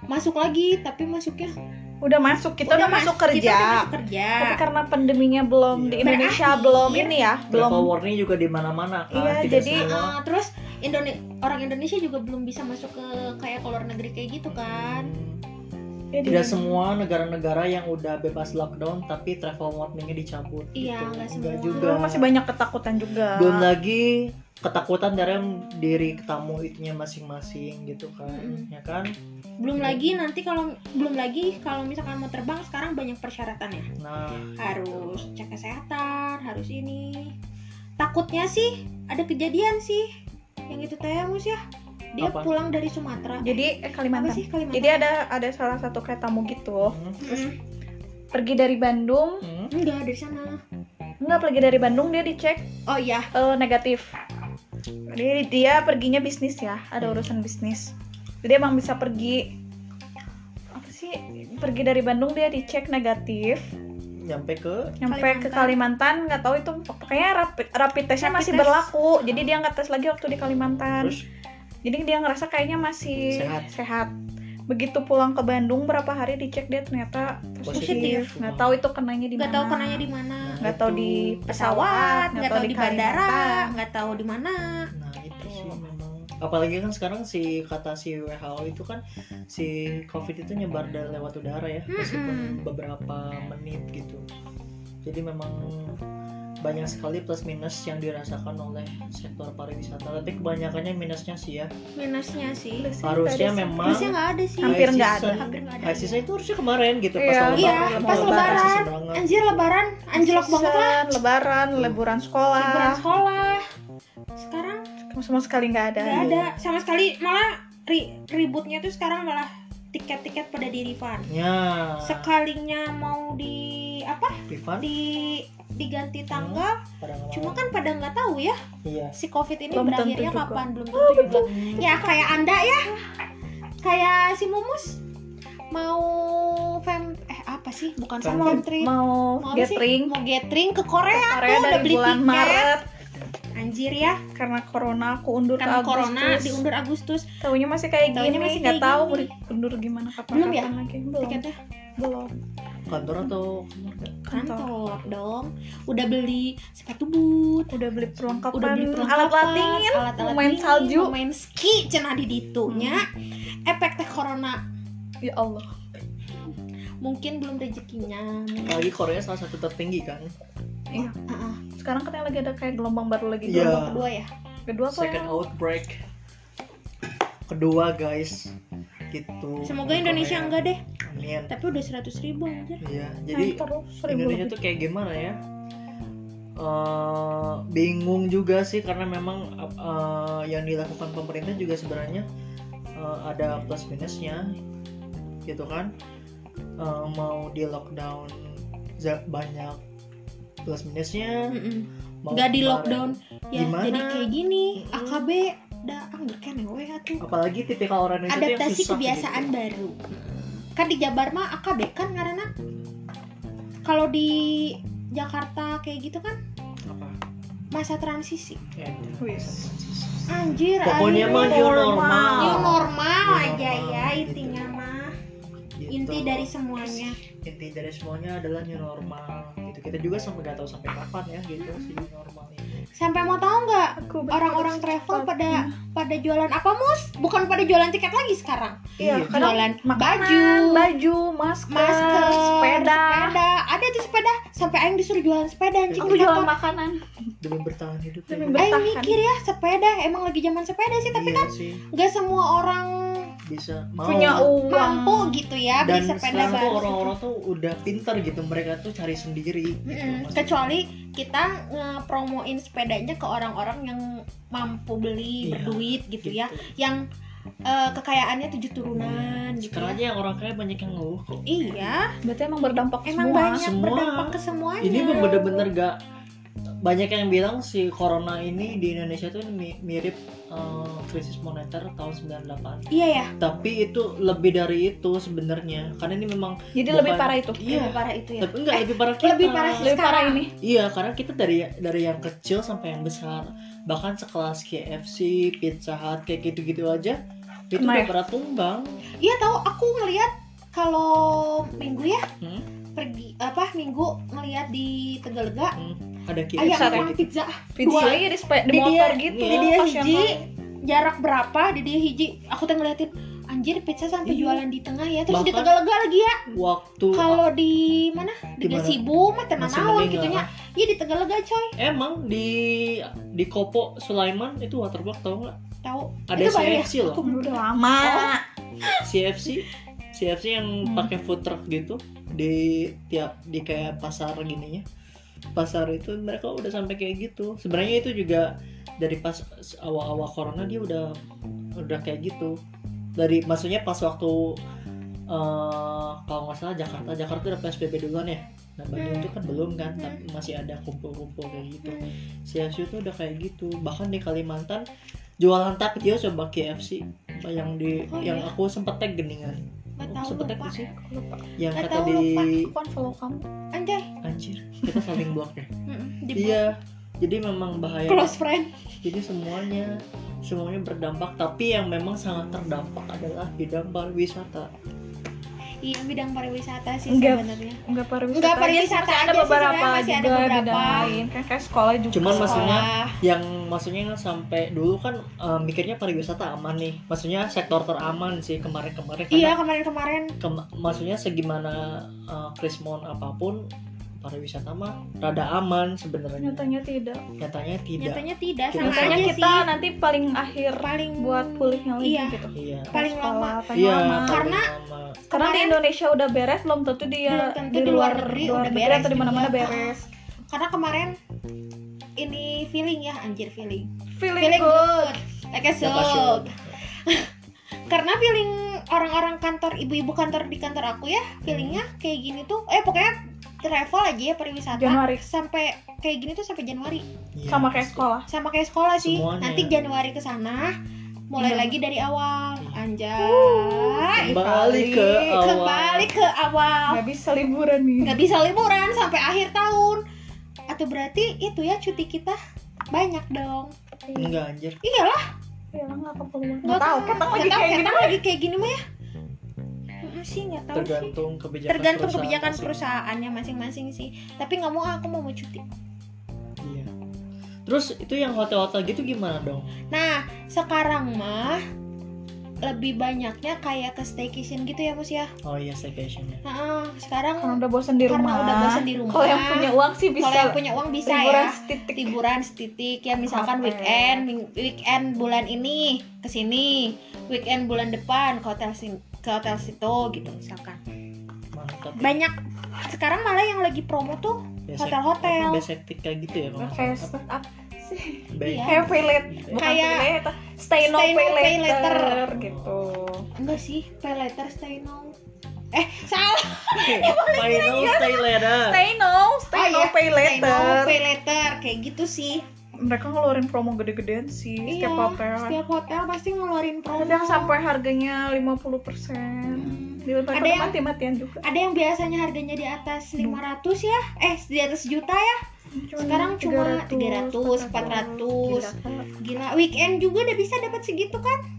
S3: masuk lagi, tapi masuknya
S2: udah masuk kita udah, masuk
S3: kita
S2: kerja
S3: udah masuk Nah, kerja.
S2: tapi karena pandeminya belum
S1: Iya.
S2: di Indonesia
S3: Berakhir.
S2: belum ini ya belum
S1: Travel warning juga di mana-mana kan.
S2: Iya,
S1: Tidak
S2: jadi,
S1: semua.
S3: Eh, terus Indone- orang Indonesia juga belum bisa masuk ke kayak ke luar negeri kayak gitu kan.
S1: Hmm.
S2: Ya, di-
S1: Tidak semua negara-negara yang udah bebas lockdown tapi travel warningnya dicabut.
S3: Iya,
S1: gitu.
S3: nggak
S1: Nggak
S3: semua.
S1: juga.
S2: Cuma masih banyak ketakutan juga.
S1: Belum lagi ketakutan dari diri tamu itunya masing-masing gitu kan,
S3: Mm-mm.
S1: ya kan?
S3: belum lagi nanti kalau belum lagi kalau misalkan mau terbang sekarang banyak persyaratannya
S1: Nah,
S3: harus cek kesehatan harus ini takutnya sih ada kejadian sih yang itu teh Mus, ya dia
S1: Apa?
S3: pulang dari Sumatera
S2: Jadi eh,
S3: apa
S2: Kalimantan.
S3: sih Kalimantan
S2: Jadi ada ada salah satu keretamu gitu
S1: hmm,
S3: Mm-mm.
S2: pergi dari Bandung,
S1: hmm.
S3: enggak dari sana
S2: nggak pergi dari Bandung dia dicek
S3: oh iya
S2: eh, negatif. Jadi dia perginya bisnis ya, ada urusan bisnis. Jadi emang bisa pergi apa sih? Pergi dari Bandung dia dicek negatif,
S1: nyampe ke
S2: nyampe ke Kalimantan nggak tahu itu pokoknya rapid rapid testnya
S3: Rapid
S2: masih
S3: test.
S2: berlaku. Jadi dia nggak tes lagi waktu di Kalimantan.
S1: terus
S2: Jadi dia ngerasa kayaknya masih
S1: Sehat.
S2: Begitu pulang ke Bandung berapa hari dicek dia ternyata
S1: Positif.
S2: positif. Nggak tahu itu kenanya di mana.
S3: nggak tahu kenanya di mana
S2: Nggak tahu di
S3: pesawat nggak tahu di bandara
S2: Kalimantan.
S3: nggak tahu di mana
S1: Nah itu sih
S3: Oh.
S2: Betul.
S1: memang. Apalagi kan sekarang si kata si WHO itu kan si COVID itu nyebar dari lewat udara ya, meskipun
S3: Mm-mm.
S1: beberapa menit gitu. Jadi memang banyak sekali plus minus yang dirasakan oleh sektor pariwisata. Tapi kebanyakannya minusnya sih ya.
S3: minusnya sih
S2: Terus
S1: Harusnya
S2: dari-
S1: memang
S3: harusnya nggak ada sih
S2: Hampir nggak ada.
S1: season-
S3: hampir nggak ada
S1: High season itu harusnya kemarin gitu pas
S2: Iya.
S1: lebaran.
S3: Iya, pas lebaran.
S1: High season banget.
S3: anjir lebaran anjlok banget lah
S2: Season, Lebaran,
S1: Hmm.
S2: liburan
S3: liburan
S2: sekolah,
S3: sekolah sekarang
S2: semua sekali nggak ada.
S3: nggak ada sama sekali malah ri- ributnya tuh sekarang malah tiket-tiket pada di refund
S1: Ya.
S3: sekalinya mau di apa
S1: Ivan,
S3: di diganti tanggal
S1: pada nggak
S3: cuma
S1: mau.
S3: kan pada nggak tahu ya
S1: Iya.
S3: si covid ini
S2: Belum tentu
S3: berakhirnya
S2: juga. Oh,
S3: kapan belum tentu juga ya kayak anda ya kayak si mumus mau fam eh apa sih bukan
S1: Fam-
S3: sama trip
S2: Mau
S3: Mau apa sih?
S2: gathering
S3: mau gathering ke Korea
S2: Korea
S3: tuh udah
S2: dari
S3: beli
S2: bulan
S3: tiket
S2: Maret
S3: anjir ya
S2: karena corona aku undur
S3: karena
S2: ke
S3: corona
S2: Agustus.
S3: diundur Agustus
S2: Tahunya masih kayak
S3: Tahunya
S2: gini,
S3: masih
S2: nggak
S3: kayak
S2: tahu
S3: gini.
S2: mau diundur gimana kapan
S3: Belum ya?
S2: lagi. Belum.
S3: tiketnya
S2: Belum.
S1: Kantor atau
S2: Kantor.
S3: kantor dong udah beli sepatu boot
S2: Udah beli perlengkapan,
S3: udah beli perlengkapan,
S2: alat latihan,
S3: alat
S2: mau main salju. Hmm.
S3: main ski cenah di ditunya efek teh corona
S2: Ya Allah.
S3: mungkin belum rezekinya
S1: Apalagi Korea salah satu tertinggi kan.
S2: Iya.
S3: Heeh.
S2: Sekarang katanya lagi ada kayak gelombang baru lagi
S1: Iya.
S2: gelombang
S3: kedua ya
S2: kedua apa?
S1: second outbreak kedua guys gitu
S3: semoga Indonesia enggak deh
S1: amin
S3: tapi udah 100.000 ribu anjir
S1: iya
S2: Jadi
S1: jadi
S2: terus seribu
S1: Indonesia
S2: lebih.
S1: tuh kayak gimana ya Eh, bingung juga sih karena memang eh, yang dilakukan pemerintah juga sebenarnya eh, ada plus minusnya gitu kan Eh, mau di lockdown za- banyak plus minusnya
S3: Mm-mm.
S1: mau
S3: Hmm, nggak di
S1: kemarin-
S3: lockdown ya
S1: Gimana?
S3: jadi kayak gini
S1: Mm-mm.
S3: AKB dah anggur kan we atuh
S1: apalagi tipikal orang Indonesia tuh yang
S3: adaptasi
S1: susah
S3: kebiasaan
S1: gitu.
S3: baru kan di Jabar mah AKB kan karena kalau di Jakarta kayak gitu kan
S1: Apa?
S3: masa transisi
S1: Ya.
S2: Wis.
S3: anjir
S1: Pokoknya
S3: anjir.
S1: mah new
S2: normal.
S1: normal.
S3: new normal
S1: New
S3: aja
S1: normal,
S3: ya
S1: gitu.
S3: intinya mah
S1: Gitu.
S3: inti dari semuanya
S1: inti dari semuanya adalah new normal. Gitu. Kita juga sampai nggak tahu sampai kapan ya gitu si new normal ini.
S3: sampai mau tahu nggak
S2: Aku berharap
S3: orang-orang travel pada
S2: secepatnya.
S3: pada jualan apa mus bukan pada jualan tiket lagi sekarang
S2: Iya,
S1: Iya.
S2: kadang
S3: jualan
S2: makanan,
S3: baju
S2: baju,
S1: Eh,
S2: masker,
S3: masker,
S2: sepeda.
S3: sepeda. Ada tuh sepeda, sampai aing disuruh jualan sepeda anjing.
S2: Aku jual makanan.
S1: Demi bertahan hidup.
S2: Demi
S1: ya.
S2: bertahan.
S3: Aing mikir ya, sepeda emang lagi zaman sepeda sih, tapi kan
S1: Iya sih
S3: nggak semua orang
S1: bisa mau.
S2: Punya uang.
S3: mampu gitu ya
S1: Dan
S3: beli sepeda
S1: sekarang tuh
S3: baru.
S1: orang-orang tuh udah pintar gitu mereka tuh cari sendiri. gitu.
S3: Mm-mm,
S1: Maksudnya,
S3: kecuali kita ngepromoin sepedanya ke orang-orang yang mampu beli
S1: Iya,
S3: berduit gitu ya,
S1: gitu. Iya.
S3: yang eh, kekayaannya tujuh turunan gitu. Ya.
S1: Sekarang aja yang orang kaya banyak yang ngeluh kok.
S3: Iya,
S2: Berarti emang berdampak
S3: emang
S2: semua.
S3: banyak
S1: semua.
S3: berdampak ke semuanya.
S1: Ini mah bener-bener gak banyak yang bilang si corona ini di Indonesia tuh mi- mirip eh, krisis moneter tahun 98
S3: Iya ya,
S1: tapi itu lebih dari itu sebenarnya karena ini memang
S2: Jadi
S1: Bukan-
S2: lebih parah itu.
S1: iya
S3: lebih parah itu ya.
S1: tapi enggak lebih parah kita
S3: Lebih parah sih
S2: Lebih parah
S3: sekarang.
S2: ini.
S1: iya karena kita dari dari yang kecil sampai yang besar bahkan sekelas KFC Pizza Hut kayak gitu-gitu aja itu
S2: Kena
S1: udah
S2: ya?
S1: pernah tumbang
S3: Iya tahu aku ngelihat kalau minggu ya
S1: Hmm.
S3: pergi apa minggu ngelihat di Tegalega
S1: ada
S3: ayam
S1: KFC
S2: Pizza
S3: orang
S1: kayak gitu.
S3: pizza
S2: Video
S3: Dua.
S2: iya di, sepe- di
S3: Di
S2: motor
S3: dia-
S2: gitu.
S1: di
S3: dia
S2: Pas yang
S3: hiji jarak berapa di dia hiji aku tuh ngeliatin anjir pizza sampai
S1: Iya.
S3: jualan di tengah ya terus di
S1: Bahkan-
S3: Tegal Lega lagi ya
S1: waktu
S3: kalau di mana di
S1: Gimana?
S3: Gasibu mah tenang
S1: Masih
S3: awal
S1: mending
S3: gitu
S1: lah.
S3: nya iya di Tegal Lega coy
S1: emang di di Kopo Sulaiman itu waterpark tau nggak
S3: tahu
S1: ada
S3: Itu baru ya?
S1: CFC loh
S2: Aku udah lama.
S3: Oh.
S1: CFC CFC yang
S2: Hmm.
S1: pakai food truck gitu di tiap di kayak pasar gininya pasar itu mereka udah sampai kayak gitu sebenarnya itu juga dari pas awal-awal corona dia udah udah kayak gitu dari maksudnya pas waktu eh, kalau nggak salah Jakarta Jakarta udah psbb duluan ya nah Bandung
S3: Hmm.
S1: itu kan belum kan
S3: Hmm.
S1: tapi masih ada kumpul-kumpul kayak gitu
S3: Hmm.
S1: CFC itu udah kayak gitu bahkan di Kalimantan jualan takjil coba KFC yang di
S3: Oh,
S1: yang
S3: iya.
S1: aku sempet tag geningan
S3: nggak
S1: Oh,
S3: tahu
S1: sempet
S3: lupa
S1: tag sih
S2: Aku lupa.
S1: yang
S3: Nggak
S1: kata
S3: tahu,
S1: di
S3: lupa.
S2: Aku unfollow kamu.
S3: anjay
S1: anjir kita saling bloknya
S3: Mm-mm, di
S1: iya jadi memang bahaya
S3: close friend
S1: jadi semuanya semuanya berdampak tapi yang memang sangat terdampak adalah bidang pariwisata
S3: iya bidang pariwisata sih
S2: Enggak.
S3: sebenarnya
S2: Enggak pariwisata.
S3: Enggak
S2: aja
S3: pariwisata aja
S2: sih, masih ada
S3: sih,
S2: beberapa
S3: sebenarnya masih ada
S2: juga
S3: beberapa.
S2: bidang lain. Kan kayak sekolah juga.
S1: Cuman masih- Maksudnya,
S3: sekolah
S1: yang maksudnya sampai dulu kan eh, mikirnya pariwisata aman nih maksudnya sektor teraman sih kemarin-kemarin karena
S3: iya kemarin-kemarin
S1: Kem- maksudnya segimana uh, krismon apapun pariwisata mah rada aman sebenarnya
S2: nyatanya tidak.
S1: nyatanya tidak
S3: nyatanya tidak
S1: Kita
S3: sama
S2: Nyatanya
S3: Nah, aja
S2: kita
S3: sih
S2: nanti paling akhir
S3: paling
S2: buat pulihnya lagi
S3: Iya.
S2: gitu.
S1: iya
S3: paling lama
S2: Sekolah, paling
S1: iya
S2: lama.
S1: paling
S3: Karena-
S1: lama.
S2: Karena di
S3: Kemarin-
S2: Indonesia udah beres belum tentu
S3: Belum
S2: dia
S3: tentu
S2: Iya, di luar negeri
S3: udah
S2: negeri
S3: beres Iya.
S2: atau di mana-mana
S3: juga.
S2: beres.
S3: karena kemarin ini feeling ya anjir feeling
S2: Feeling,
S3: feeling
S2: good. Iya,
S3: good like a
S1: Siapa sih?
S3: soul karena feeling orang-orang kantor ibu-ibu kantor di kantor aku ya
S2: Iya.
S3: feelingnya kayak gini tuh eh pokoknya travel aja ya pariwisata
S2: Januari.
S3: sampai kayak gini tuh sampai Januari
S1: Iya.
S2: Sama kayak sekolah.
S3: sama kayak sekolah sih
S1: Semuanya.
S3: nanti Januari ke sana mulai
S2: Iya.
S3: lagi dari awal
S1: Iya.
S3: anjay
S1: Kembali
S3: Ifali.
S1: ke awal.
S3: kembali ke awal
S2: Nggak bisa liburan nih.
S3: nggak bisa liburan sampai akhir tahun atau berarti itu ya cuti kita banyak dong
S1: enggak anjir
S3: iyalah
S2: Ya nggak keperluan. Nggak tahu. Kan lagi
S3: tahu,
S2: kayak
S3: ketang
S2: gini.
S3: lagi kayak gini mah ya Mm, sih nggak tahu sih
S1: tergantung kebijakan
S3: tergantung
S1: perusahaan Iya.
S3: kebijakan
S1: masing-
S3: perusahaannya masing-masing sih tapi nggak mau ah, aku mau mau cuti
S1: iya terus itu yang hotel-hotel gitu gimana dong
S3: nah sekarang mah lebih banyaknya kayak ke staycation gitu ya mus ya
S1: oh iya staycationnya
S3: Heeh, sekarang
S2: Karena udah bosen di
S3: karena
S2: rumah.
S3: udah bosan di rumah
S2: Kalau yang punya uang sih bisa.
S3: Kalau yang punya uang bisa
S2: liburan
S3: ya
S2: setitik.
S3: liburan setitik ya misalkan
S2: Hotel.
S3: weekend ming- weekend bulan ini ke sini weekend bulan depan ke hotel sin- ke hotel situ gitu misalkan
S1: mantap
S3: banyak sekarang malah yang lagi promo tuh
S1: Besek-
S3: hotel-hotel.
S1: apa, besek tik kayak gitu ya kalau nggak
S2: Kayak
S1: salah.
S2: start up sih.
S1: Be-
S3: Iya.
S2: Kayak pay later. Bukan eh,
S3: Kayak
S2: pay later. Stay
S3: stay
S2: no
S3: no
S2: pay
S3: pay
S2: later.
S3: later.
S2: Gitu.
S3: enggak sih pay later stay now eh salah
S1: final
S3: ya.
S1: stay later
S2: Stay no, stay
S3: Oh,
S2: no
S3: iya.
S2: pay
S3: stay now
S2: later.
S3: pay later kayak gitu sih
S2: Mereka ngeluarin promo gede-gedean sih
S3: iya
S2: setiap hotel.
S3: setiap hotel pasti ngeluarin promo
S2: Kadang sampai harganya
S3: Hmm.
S2: 50%. Di mereka
S3: Ada yang-
S2: mati-matian juga.
S3: ada yang biasanya harganya di atas 500 ya eh di atas juta ya Sekarang cuma 300, 400. gila weekend juga udah bisa dapat segitu kan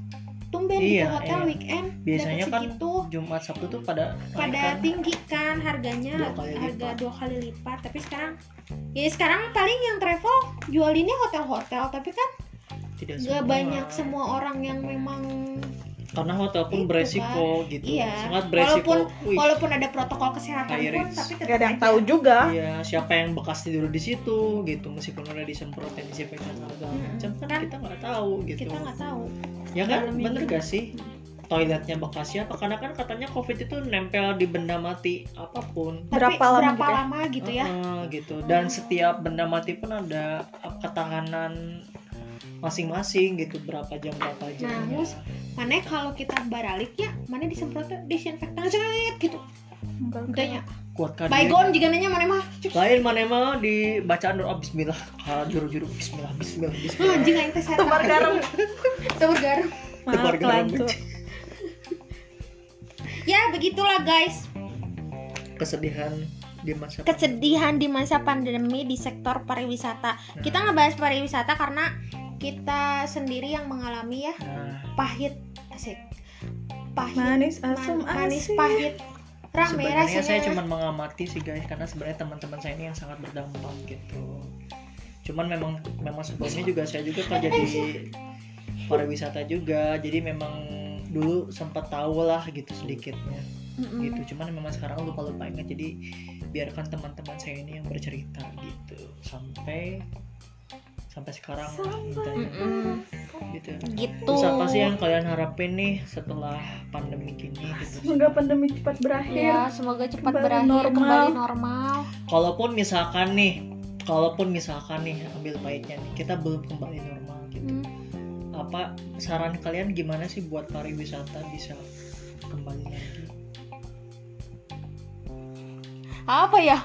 S3: tumben di
S1: Iya,
S3: hotel
S1: iya.
S3: weekend
S1: biasanya
S3: dapat
S1: kan
S3: segitu
S1: Jumat Sabtu tuh pada
S3: pada
S1: naik kan?
S3: tinggi kan harganya
S1: Dua kali
S3: harga
S1: lipat.
S3: dua kali lipat tapi sekarang ya sekarang paling yang travel jualinnya hotel-hotel tapi kan
S1: tidak
S3: gak banyak semua orang yang memang
S1: karena hotel pun
S3: Itu,
S1: beresiko gitu
S3: Iya.
S1: sangat beresiko
S3: Walaupun-
S1: Wih,
S3: walaupun ada protokol kesehatan
S1: High
S3: pun
S1: risk.
S3: tapi tetap
S2: Gak ada yang
S3: aja.
S2: tahu juga.
S1: iya siapa yang bekas tidur di situ gitu meskipun udah disemprot yang disinfektan segala
S3: Mm-mm.
S1: macam kan
S3: Kan
S1: kita nggak tahu gitu
S3: kita nggak tahu
S1: ya kan
S3: dalamnya
S1: bener
S3: gitu.
S1: gak sih toiletnya bekasnya apa karena kan katanya covid itu nempel di benda mati apapun
S3: tapi
S2: Berapa lama
S3: berapa
S2: gitu ya?
S3: lama gitu ya
S1: Heeh, gitu dan setiap benda mati pun ada ketahanan masing-masing gitu berapa jam berapa jam
S3: Nah, terus mana kalau kita baralik ya, mana disemprot disinfektan cerit gitu.
S2: Enggak,
S3: Untungnya
S1: kuatkan diri.
S3: Baygon juga nanya mana mah. Cuk,
S1: lain mana mah di bacaan doa bismillah Ah, juru juru bismillah bismillah
S3: ah,
S1: bismillah
S3: Anjing aing teh setan.
S2: Tebar garam.
S3: Tebar garam.
S2: Maaf,
S1: Keluarga
S2: lanjut.
S3: Ya, begitulah guys.
S1: kesedihan di masa
S3: Kesedihan di masa pandemi di sektor pariwisata. Kita ngebahas pariwisata karena kita sendiri yang mengalami ya
S1: nah,
S3: pahit asik. Pahit.
S2: Manis asam
S3: Man- manis
S2: asin.
S3: pahit. Rame
S1: sebenarnya
S3: rasanya.
S1: saya cuma mengamati sih guys karena sebenarnya teman-teman saya ini yang sangat berdampak gitu cuman memang memang sebelumnya juga saya juga kerja di pariwisata juga jadi memang dulu sempat tahu lah gitu sedikitnya
S3: Mm-mm.
S1: gitu cuman memang sekarang lupa lupa ingat jadi biarkan teman-teman saya ini yang bercerita gitu sampai sampai sekarang lah intinya
S3: Mm-mm.
S1: gitu
S3: gitu
S1: terus apa sih yang kalian harapin nih setelah pandemi ini gitu
S2: Semoga pandemi cepat berakhir.
S3: ya semoga cepat
S2: Iya. Kembali
S3: berakhir
S2: normal.
S3: kembali normal
S1: kalaupun misalkan nih kalaupun misalkan nih ambil baiknya nih kita belum kembali normal gitu
S3: Hmm.
S1: apa saran kalian gimana sih buat pariwisata bisa kembali lagi
S3: apa ya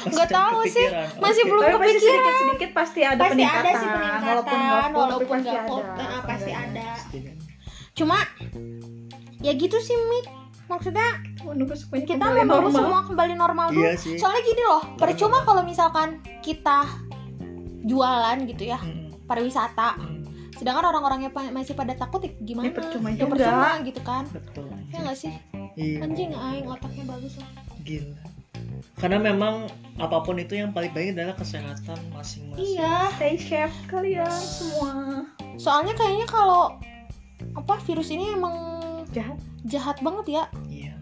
S3: Nggak
S1: Masih
S3: tahu sih.
S1: kepikiran.
S3: Masih
S1: Oke.
S3: belum
S2: Tapi pasti
S3: kepikiran.
S2: sedikit-sedikit pasti ada
S3: pasti
S2: peningkatan.
S3: ada sih peningkatan
S2: Walaupun nggak full, tapi
S3: walaupun
S2: pasti
S3: nggak full,
S2: ada. Iya.
S3: eh, pasti ada
S1: Setidaknya.
S3: cuma ya gitu sih Mik maksudnya
S2: Menunggu supaya
S3: kita
S2: Oh, kembali
S3: menunggu
S2: normal.
S3: semua kembali normal dulu
S1: iya sih
S3: soalnya gini loh percuma kalau misalkan kita jualan gitu ya
S1: Mm,
S3: pariwisata
S1: mm,
S3: sedangkan orang-orangnya pa- masih pada takut ya gimana
S2: Ya, percuma
S3: Ya,
S2: juga.
S3: percuma gitu kan
S1: betul
S3: ya nggak sih
S1: iya
S3: anjing aing otaknya bagus lah
S1: gila karena memang apapun itu yang paling baik adalah kesehatan masing-masing
S3: iya
S2: Stay safe kalian semua.
S3: soalnya kayaknya kalau apa virus ini emang
S2: Jahat.
S3: jahat banget ya
S1: Iya.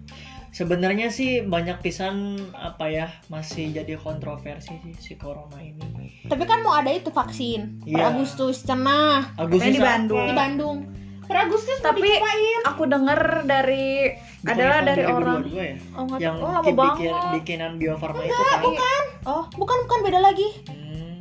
S1: Sebenarnya sih banyak pisan apa ya masih jadi kontroversi sih si corona ini.
S3: tapi kan mau ada itu vaksin per
S1: Iya.
S3: Agustus cenah
S1: Agustus
S2: Katanya di Bandung.
S3: di Bandung per Agustus mau
S2: Tapi-
S3: dicobain.
S2: Aku denger dari
S1: bukannya
S2: adalah
S1: tahun
S2: dari
S1: 2022
S2: orang
S1: ya?
S2: oh, nggak-
S1: yang
S2: oh, lama
S1: bikin,
S2: banget.
S1: bikinan Bio Farma itu kan.
S2: Oh,
S3: bukan bukan beda lagi
S1: Hmm,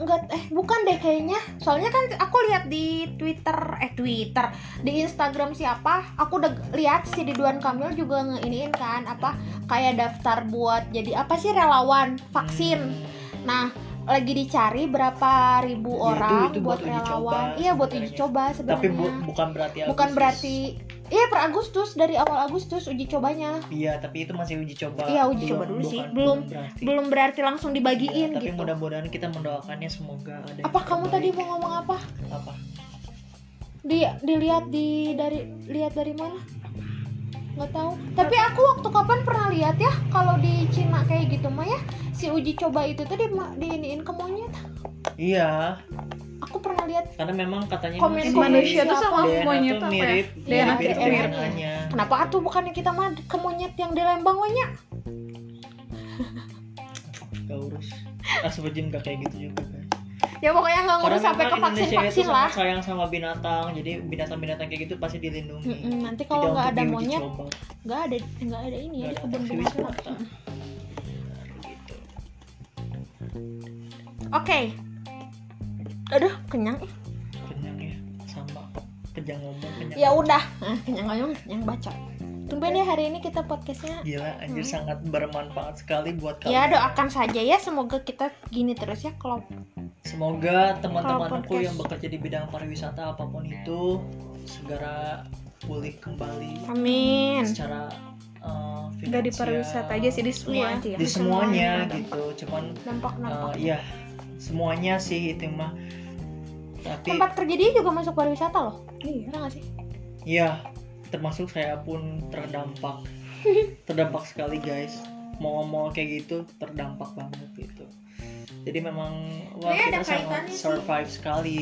S3: enggak eh bukan deh kayaknya soalnya kan aku lihat di Twitter eh Twitter di Instagram siapa aku udah lihat si Ridwan Kamil juga ngeiniin kan apa kayak daftar buat jadi apa sih relawan
S1: Hmm.
S3: vaksin nah lagi dicari berapa ribu
S1: Ya, itu-
S3: orang
S1: itu
S3: buat,
S1: buat uji
S3: relawan
S1: coba
S3: iya buat uji
S1: sebenarnya.
S3: coba
S1: Tapi
S3: sebenarnya
S1: bu- bukan berarti
S3: bukan
S1: Agustus.
S3: berarti iya per Agustus dari awal Agustus uji cobanya
S1: Iya, tapi itu masih uji coba.
S3: Iya, uji coba dulu sih. Belum
S1: berarti.
S3: belum berarti langsung dibagiin
S1: Iya, tapi
S3: gitu
S1: mudah-mudahan kita mendoakannya semoga ada. yang
S3: apa kamu tadi
S1: terbaik.
S3: mau ngomong apa
S1: apa?
S3: di dilihat di dari lihat dari mana nggak tahu tapi aku waktu kapan pernah lihat ya kalau di Cina kayak gitu mah ya si uji coba itu tuh di diiniin ke monyet
S1: Iya,
S3: aku pernah lihat
S1: karena memang katanya
S3: Komen
S1: si
S2: manusia tuh sama
S1: DNA
S2: monyet
S1: tuh
S2: apa ya?
S1: mirip,
S2: DNA.
S1: mirip
S3: DNA.
S1: DNA-nya.
S3: kenapa atuh bukannya kita mah ke monyet yang di Lembang ya? banyak
S1: Gak urus. Asbujin gak kayak gitu juga kan.
S3: ya pokoknya nggak ngurus sampai ke
S1: memang
S3: vaksin
S1: Indonesia itu
S3: vaksin lah
S1: sangat sayang sama binatang, jadi binatang-binatang kayak gitu pasti dilindungi.
S3: Mm-mm, nanti
S1: Tidak
S3: kalau
S1: untuk
S3: nggak ada
S1: diuji
S3: monyet iya,
S1: coba,
S3: nggak ada nggak ada ini ya di
S1: nggak ada
S3: kebun
S1: vaksin
S3: bunga Oke,
S1: wisata. Gitu.
S3: aduh kenyang ih.
S1: Kenyang ya, sama kejang ngomong kenyang.
S3: ya udah Ah, kenyang ngomong kenyang baca tumben ya hari ini kita podcastnya
S1: Gila, anjir
S3: Hmm.
S1: sangat bermanfaat sekali buat kalian.
S3: Ya doakan saja ya semoga kita gini terus ya kalau Kalau
S1: Semoga teman-temanku
S3: podcast.
S1: yang bekerja di bidang pariwisata apapun itu segera pulih kembali
S3: amin.
S1: secara eh,
S2: nggak di
S1: finansial,
S2: pariwisata aja sih di semua
S3: Iya.
S2: aja ya.
S1: di semuanya
S3: Semuanya,
S1: gitu. Cuman
S3: Dampak
S1: Eh,
S3: dampak.
S1: Iya, semuanya sih itu mah. Tapi
S3: Tempat kerja dia juga masuk pariwisata loh.
S2: Iya.
S3: Benar nggak sih?
S1: ya termasuk saya pun terdampak. terdampak sekali guys. Mall-mall kayak gitu terdampak banget gitu. Jadi memang wah
S3: Tapi
S1: kita
S3: ada
S1: sangat
S3: kaitannya sih.
S1: survive sekali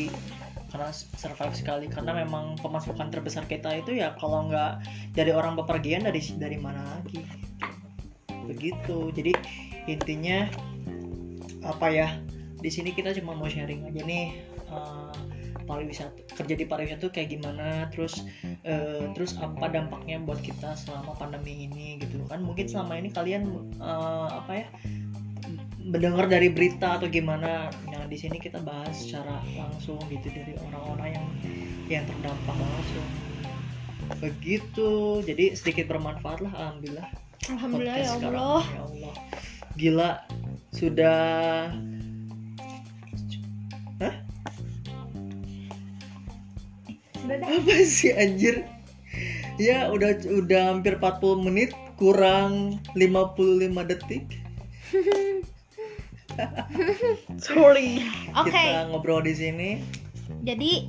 S1: karena s- survive sekali karena memang pemasukan terbesar kita itu ya kalau nggak dari orang bepergian dari dari mana lagi gitu. begitu jadi intinya apa ya di sini kita cuma mau sharing aja nih eh, pariwisata kerja di pariwisata tuh kayak gimana terus eh, terus apa dampaknya buat kita selama pandemi ini gitu kan mungkin selama ini kalian eh, apa ya mendengar dari berita atau gimana nah di sini kita bahas secara langsung gitu dari orang-orang yang yang terdampak langsung begitu jadi sedikit bermanfaat lah alhamdulillah
S3: Alhamdulillah ya
S1: podcast sekarang.
S3: Allah.
S1: Ya Allah. Gila sudah
S2: Udah deh.
S1: apa sih anjir? Ya udah udah hampir 40 menit kurang 55 detik
S2: Sorry.
S3: Oke.
S1: kita ngobrol di sini.
S3: Jadi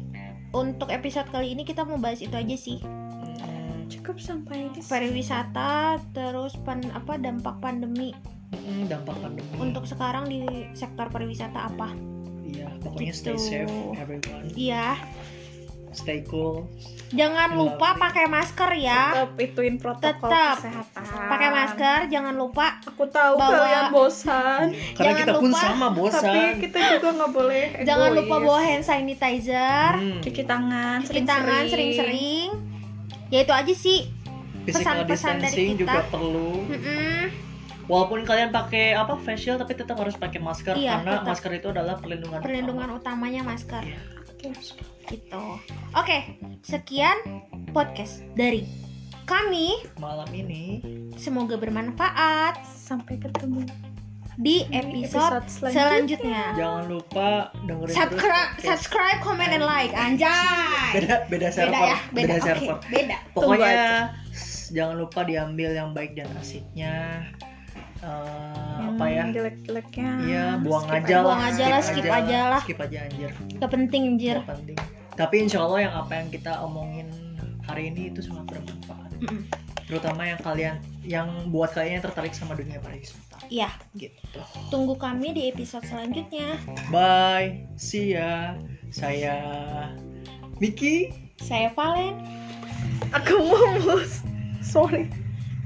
S3: untuk episode kali ini kita mau bahas itu aja sih
S1: Hmm,
S2: Cukup sampai di sini.
S3: pariwisata terus pan, apa dampak pandemi
S1: mm, dampak pandemi.
S3: untuk sekarang di sektor pariwisata apa
S1: Iya, pokoknya stay
S3: Gitu.
S1: safe everyone.
S3: iya
S1: stay cool
S3: Jangan lupa
S1: Melalui.
S3: pakai masker ya.
S2: tetap ituin protokol
S3: Tetap.
S2: kesehatan
S3: Pakai masker, jangan lupa.
S2: aku tahu
S3: Bawa-
S2: kalian bosan
S1: karena
S3: Jangan
S1: kita pun
S3: lupa,
S1: sama
S2: tapi
S1: bosan
S2: kita juga nggak boleh
S3: Jangan
S2: egois.
S3: lupa bawa hand sanitizer,
S1: Hmm,
S2: cuci tangan
S3: cuci tangan sering-sering. Ya itu aja sih.
S1: physical
S3: pesan-pesan dari
S1: distancing
S3: kita.
S1: juga perlu
S3: Mm-mm.
S1: walaupun kalian pakai apa facial tapi tetap harus pakai masker
S3: Iya,
S1: karena
S3: tetap.
S1: masker itu adalah perlindungan
S3: Perlindungan utamanya masker.
S1: utama.
S3: Gitu. Oke, sekian podcast dari kami.
S1: malam ini
S3: Semoga bermanfaat
S2: sampai ketemu
S3: di
S2: di
S3: episode
S2: selanjutnya.
S3: selanjutnya. Ya,
S1: jangan lupa dengerin
S3: Subscribe,
S1: terus podcast.
S3: subscribe, comment, and like. Anjay.
S1: beda beda server
S3: Beda ya, beda. Oke,
S1: server
S3: beda.
S1: pokoknya s- jangan lupa diambil yang baik dan asiknya Eh, apa ya
S2: Yang jelek-jeleknya
S1: iya buang
S2: Skip
S1: aja lah
S3: Buang Hmm. aja lah, skip aja lah.
S1: skip aja anjir
S3: Gak penting anjir.
S1: Nggak penting tapi insya Allah yang apa yang kita omongin hari ini itu sangat bermanfaat
S3: Mm-mm.
S1: terutama yang kalian yang buat kalian yang tertarik sama dunia pariwisata
S3: Iya,
S1: gitu
S3: tunggu kami di episode selanjutnya.
S1: bye see ya saya Miki
S3: Saya Valen.
S2: aku mau bos sorry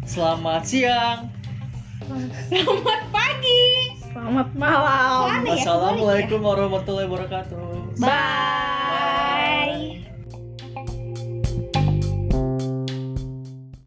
S1: selamat siang
S3: Selamat pagi.
S2: selamat malam
S3: Aneh ya,
S1: Wassalamualaikum warahmatullahi wabarakatuh
S3: Bye.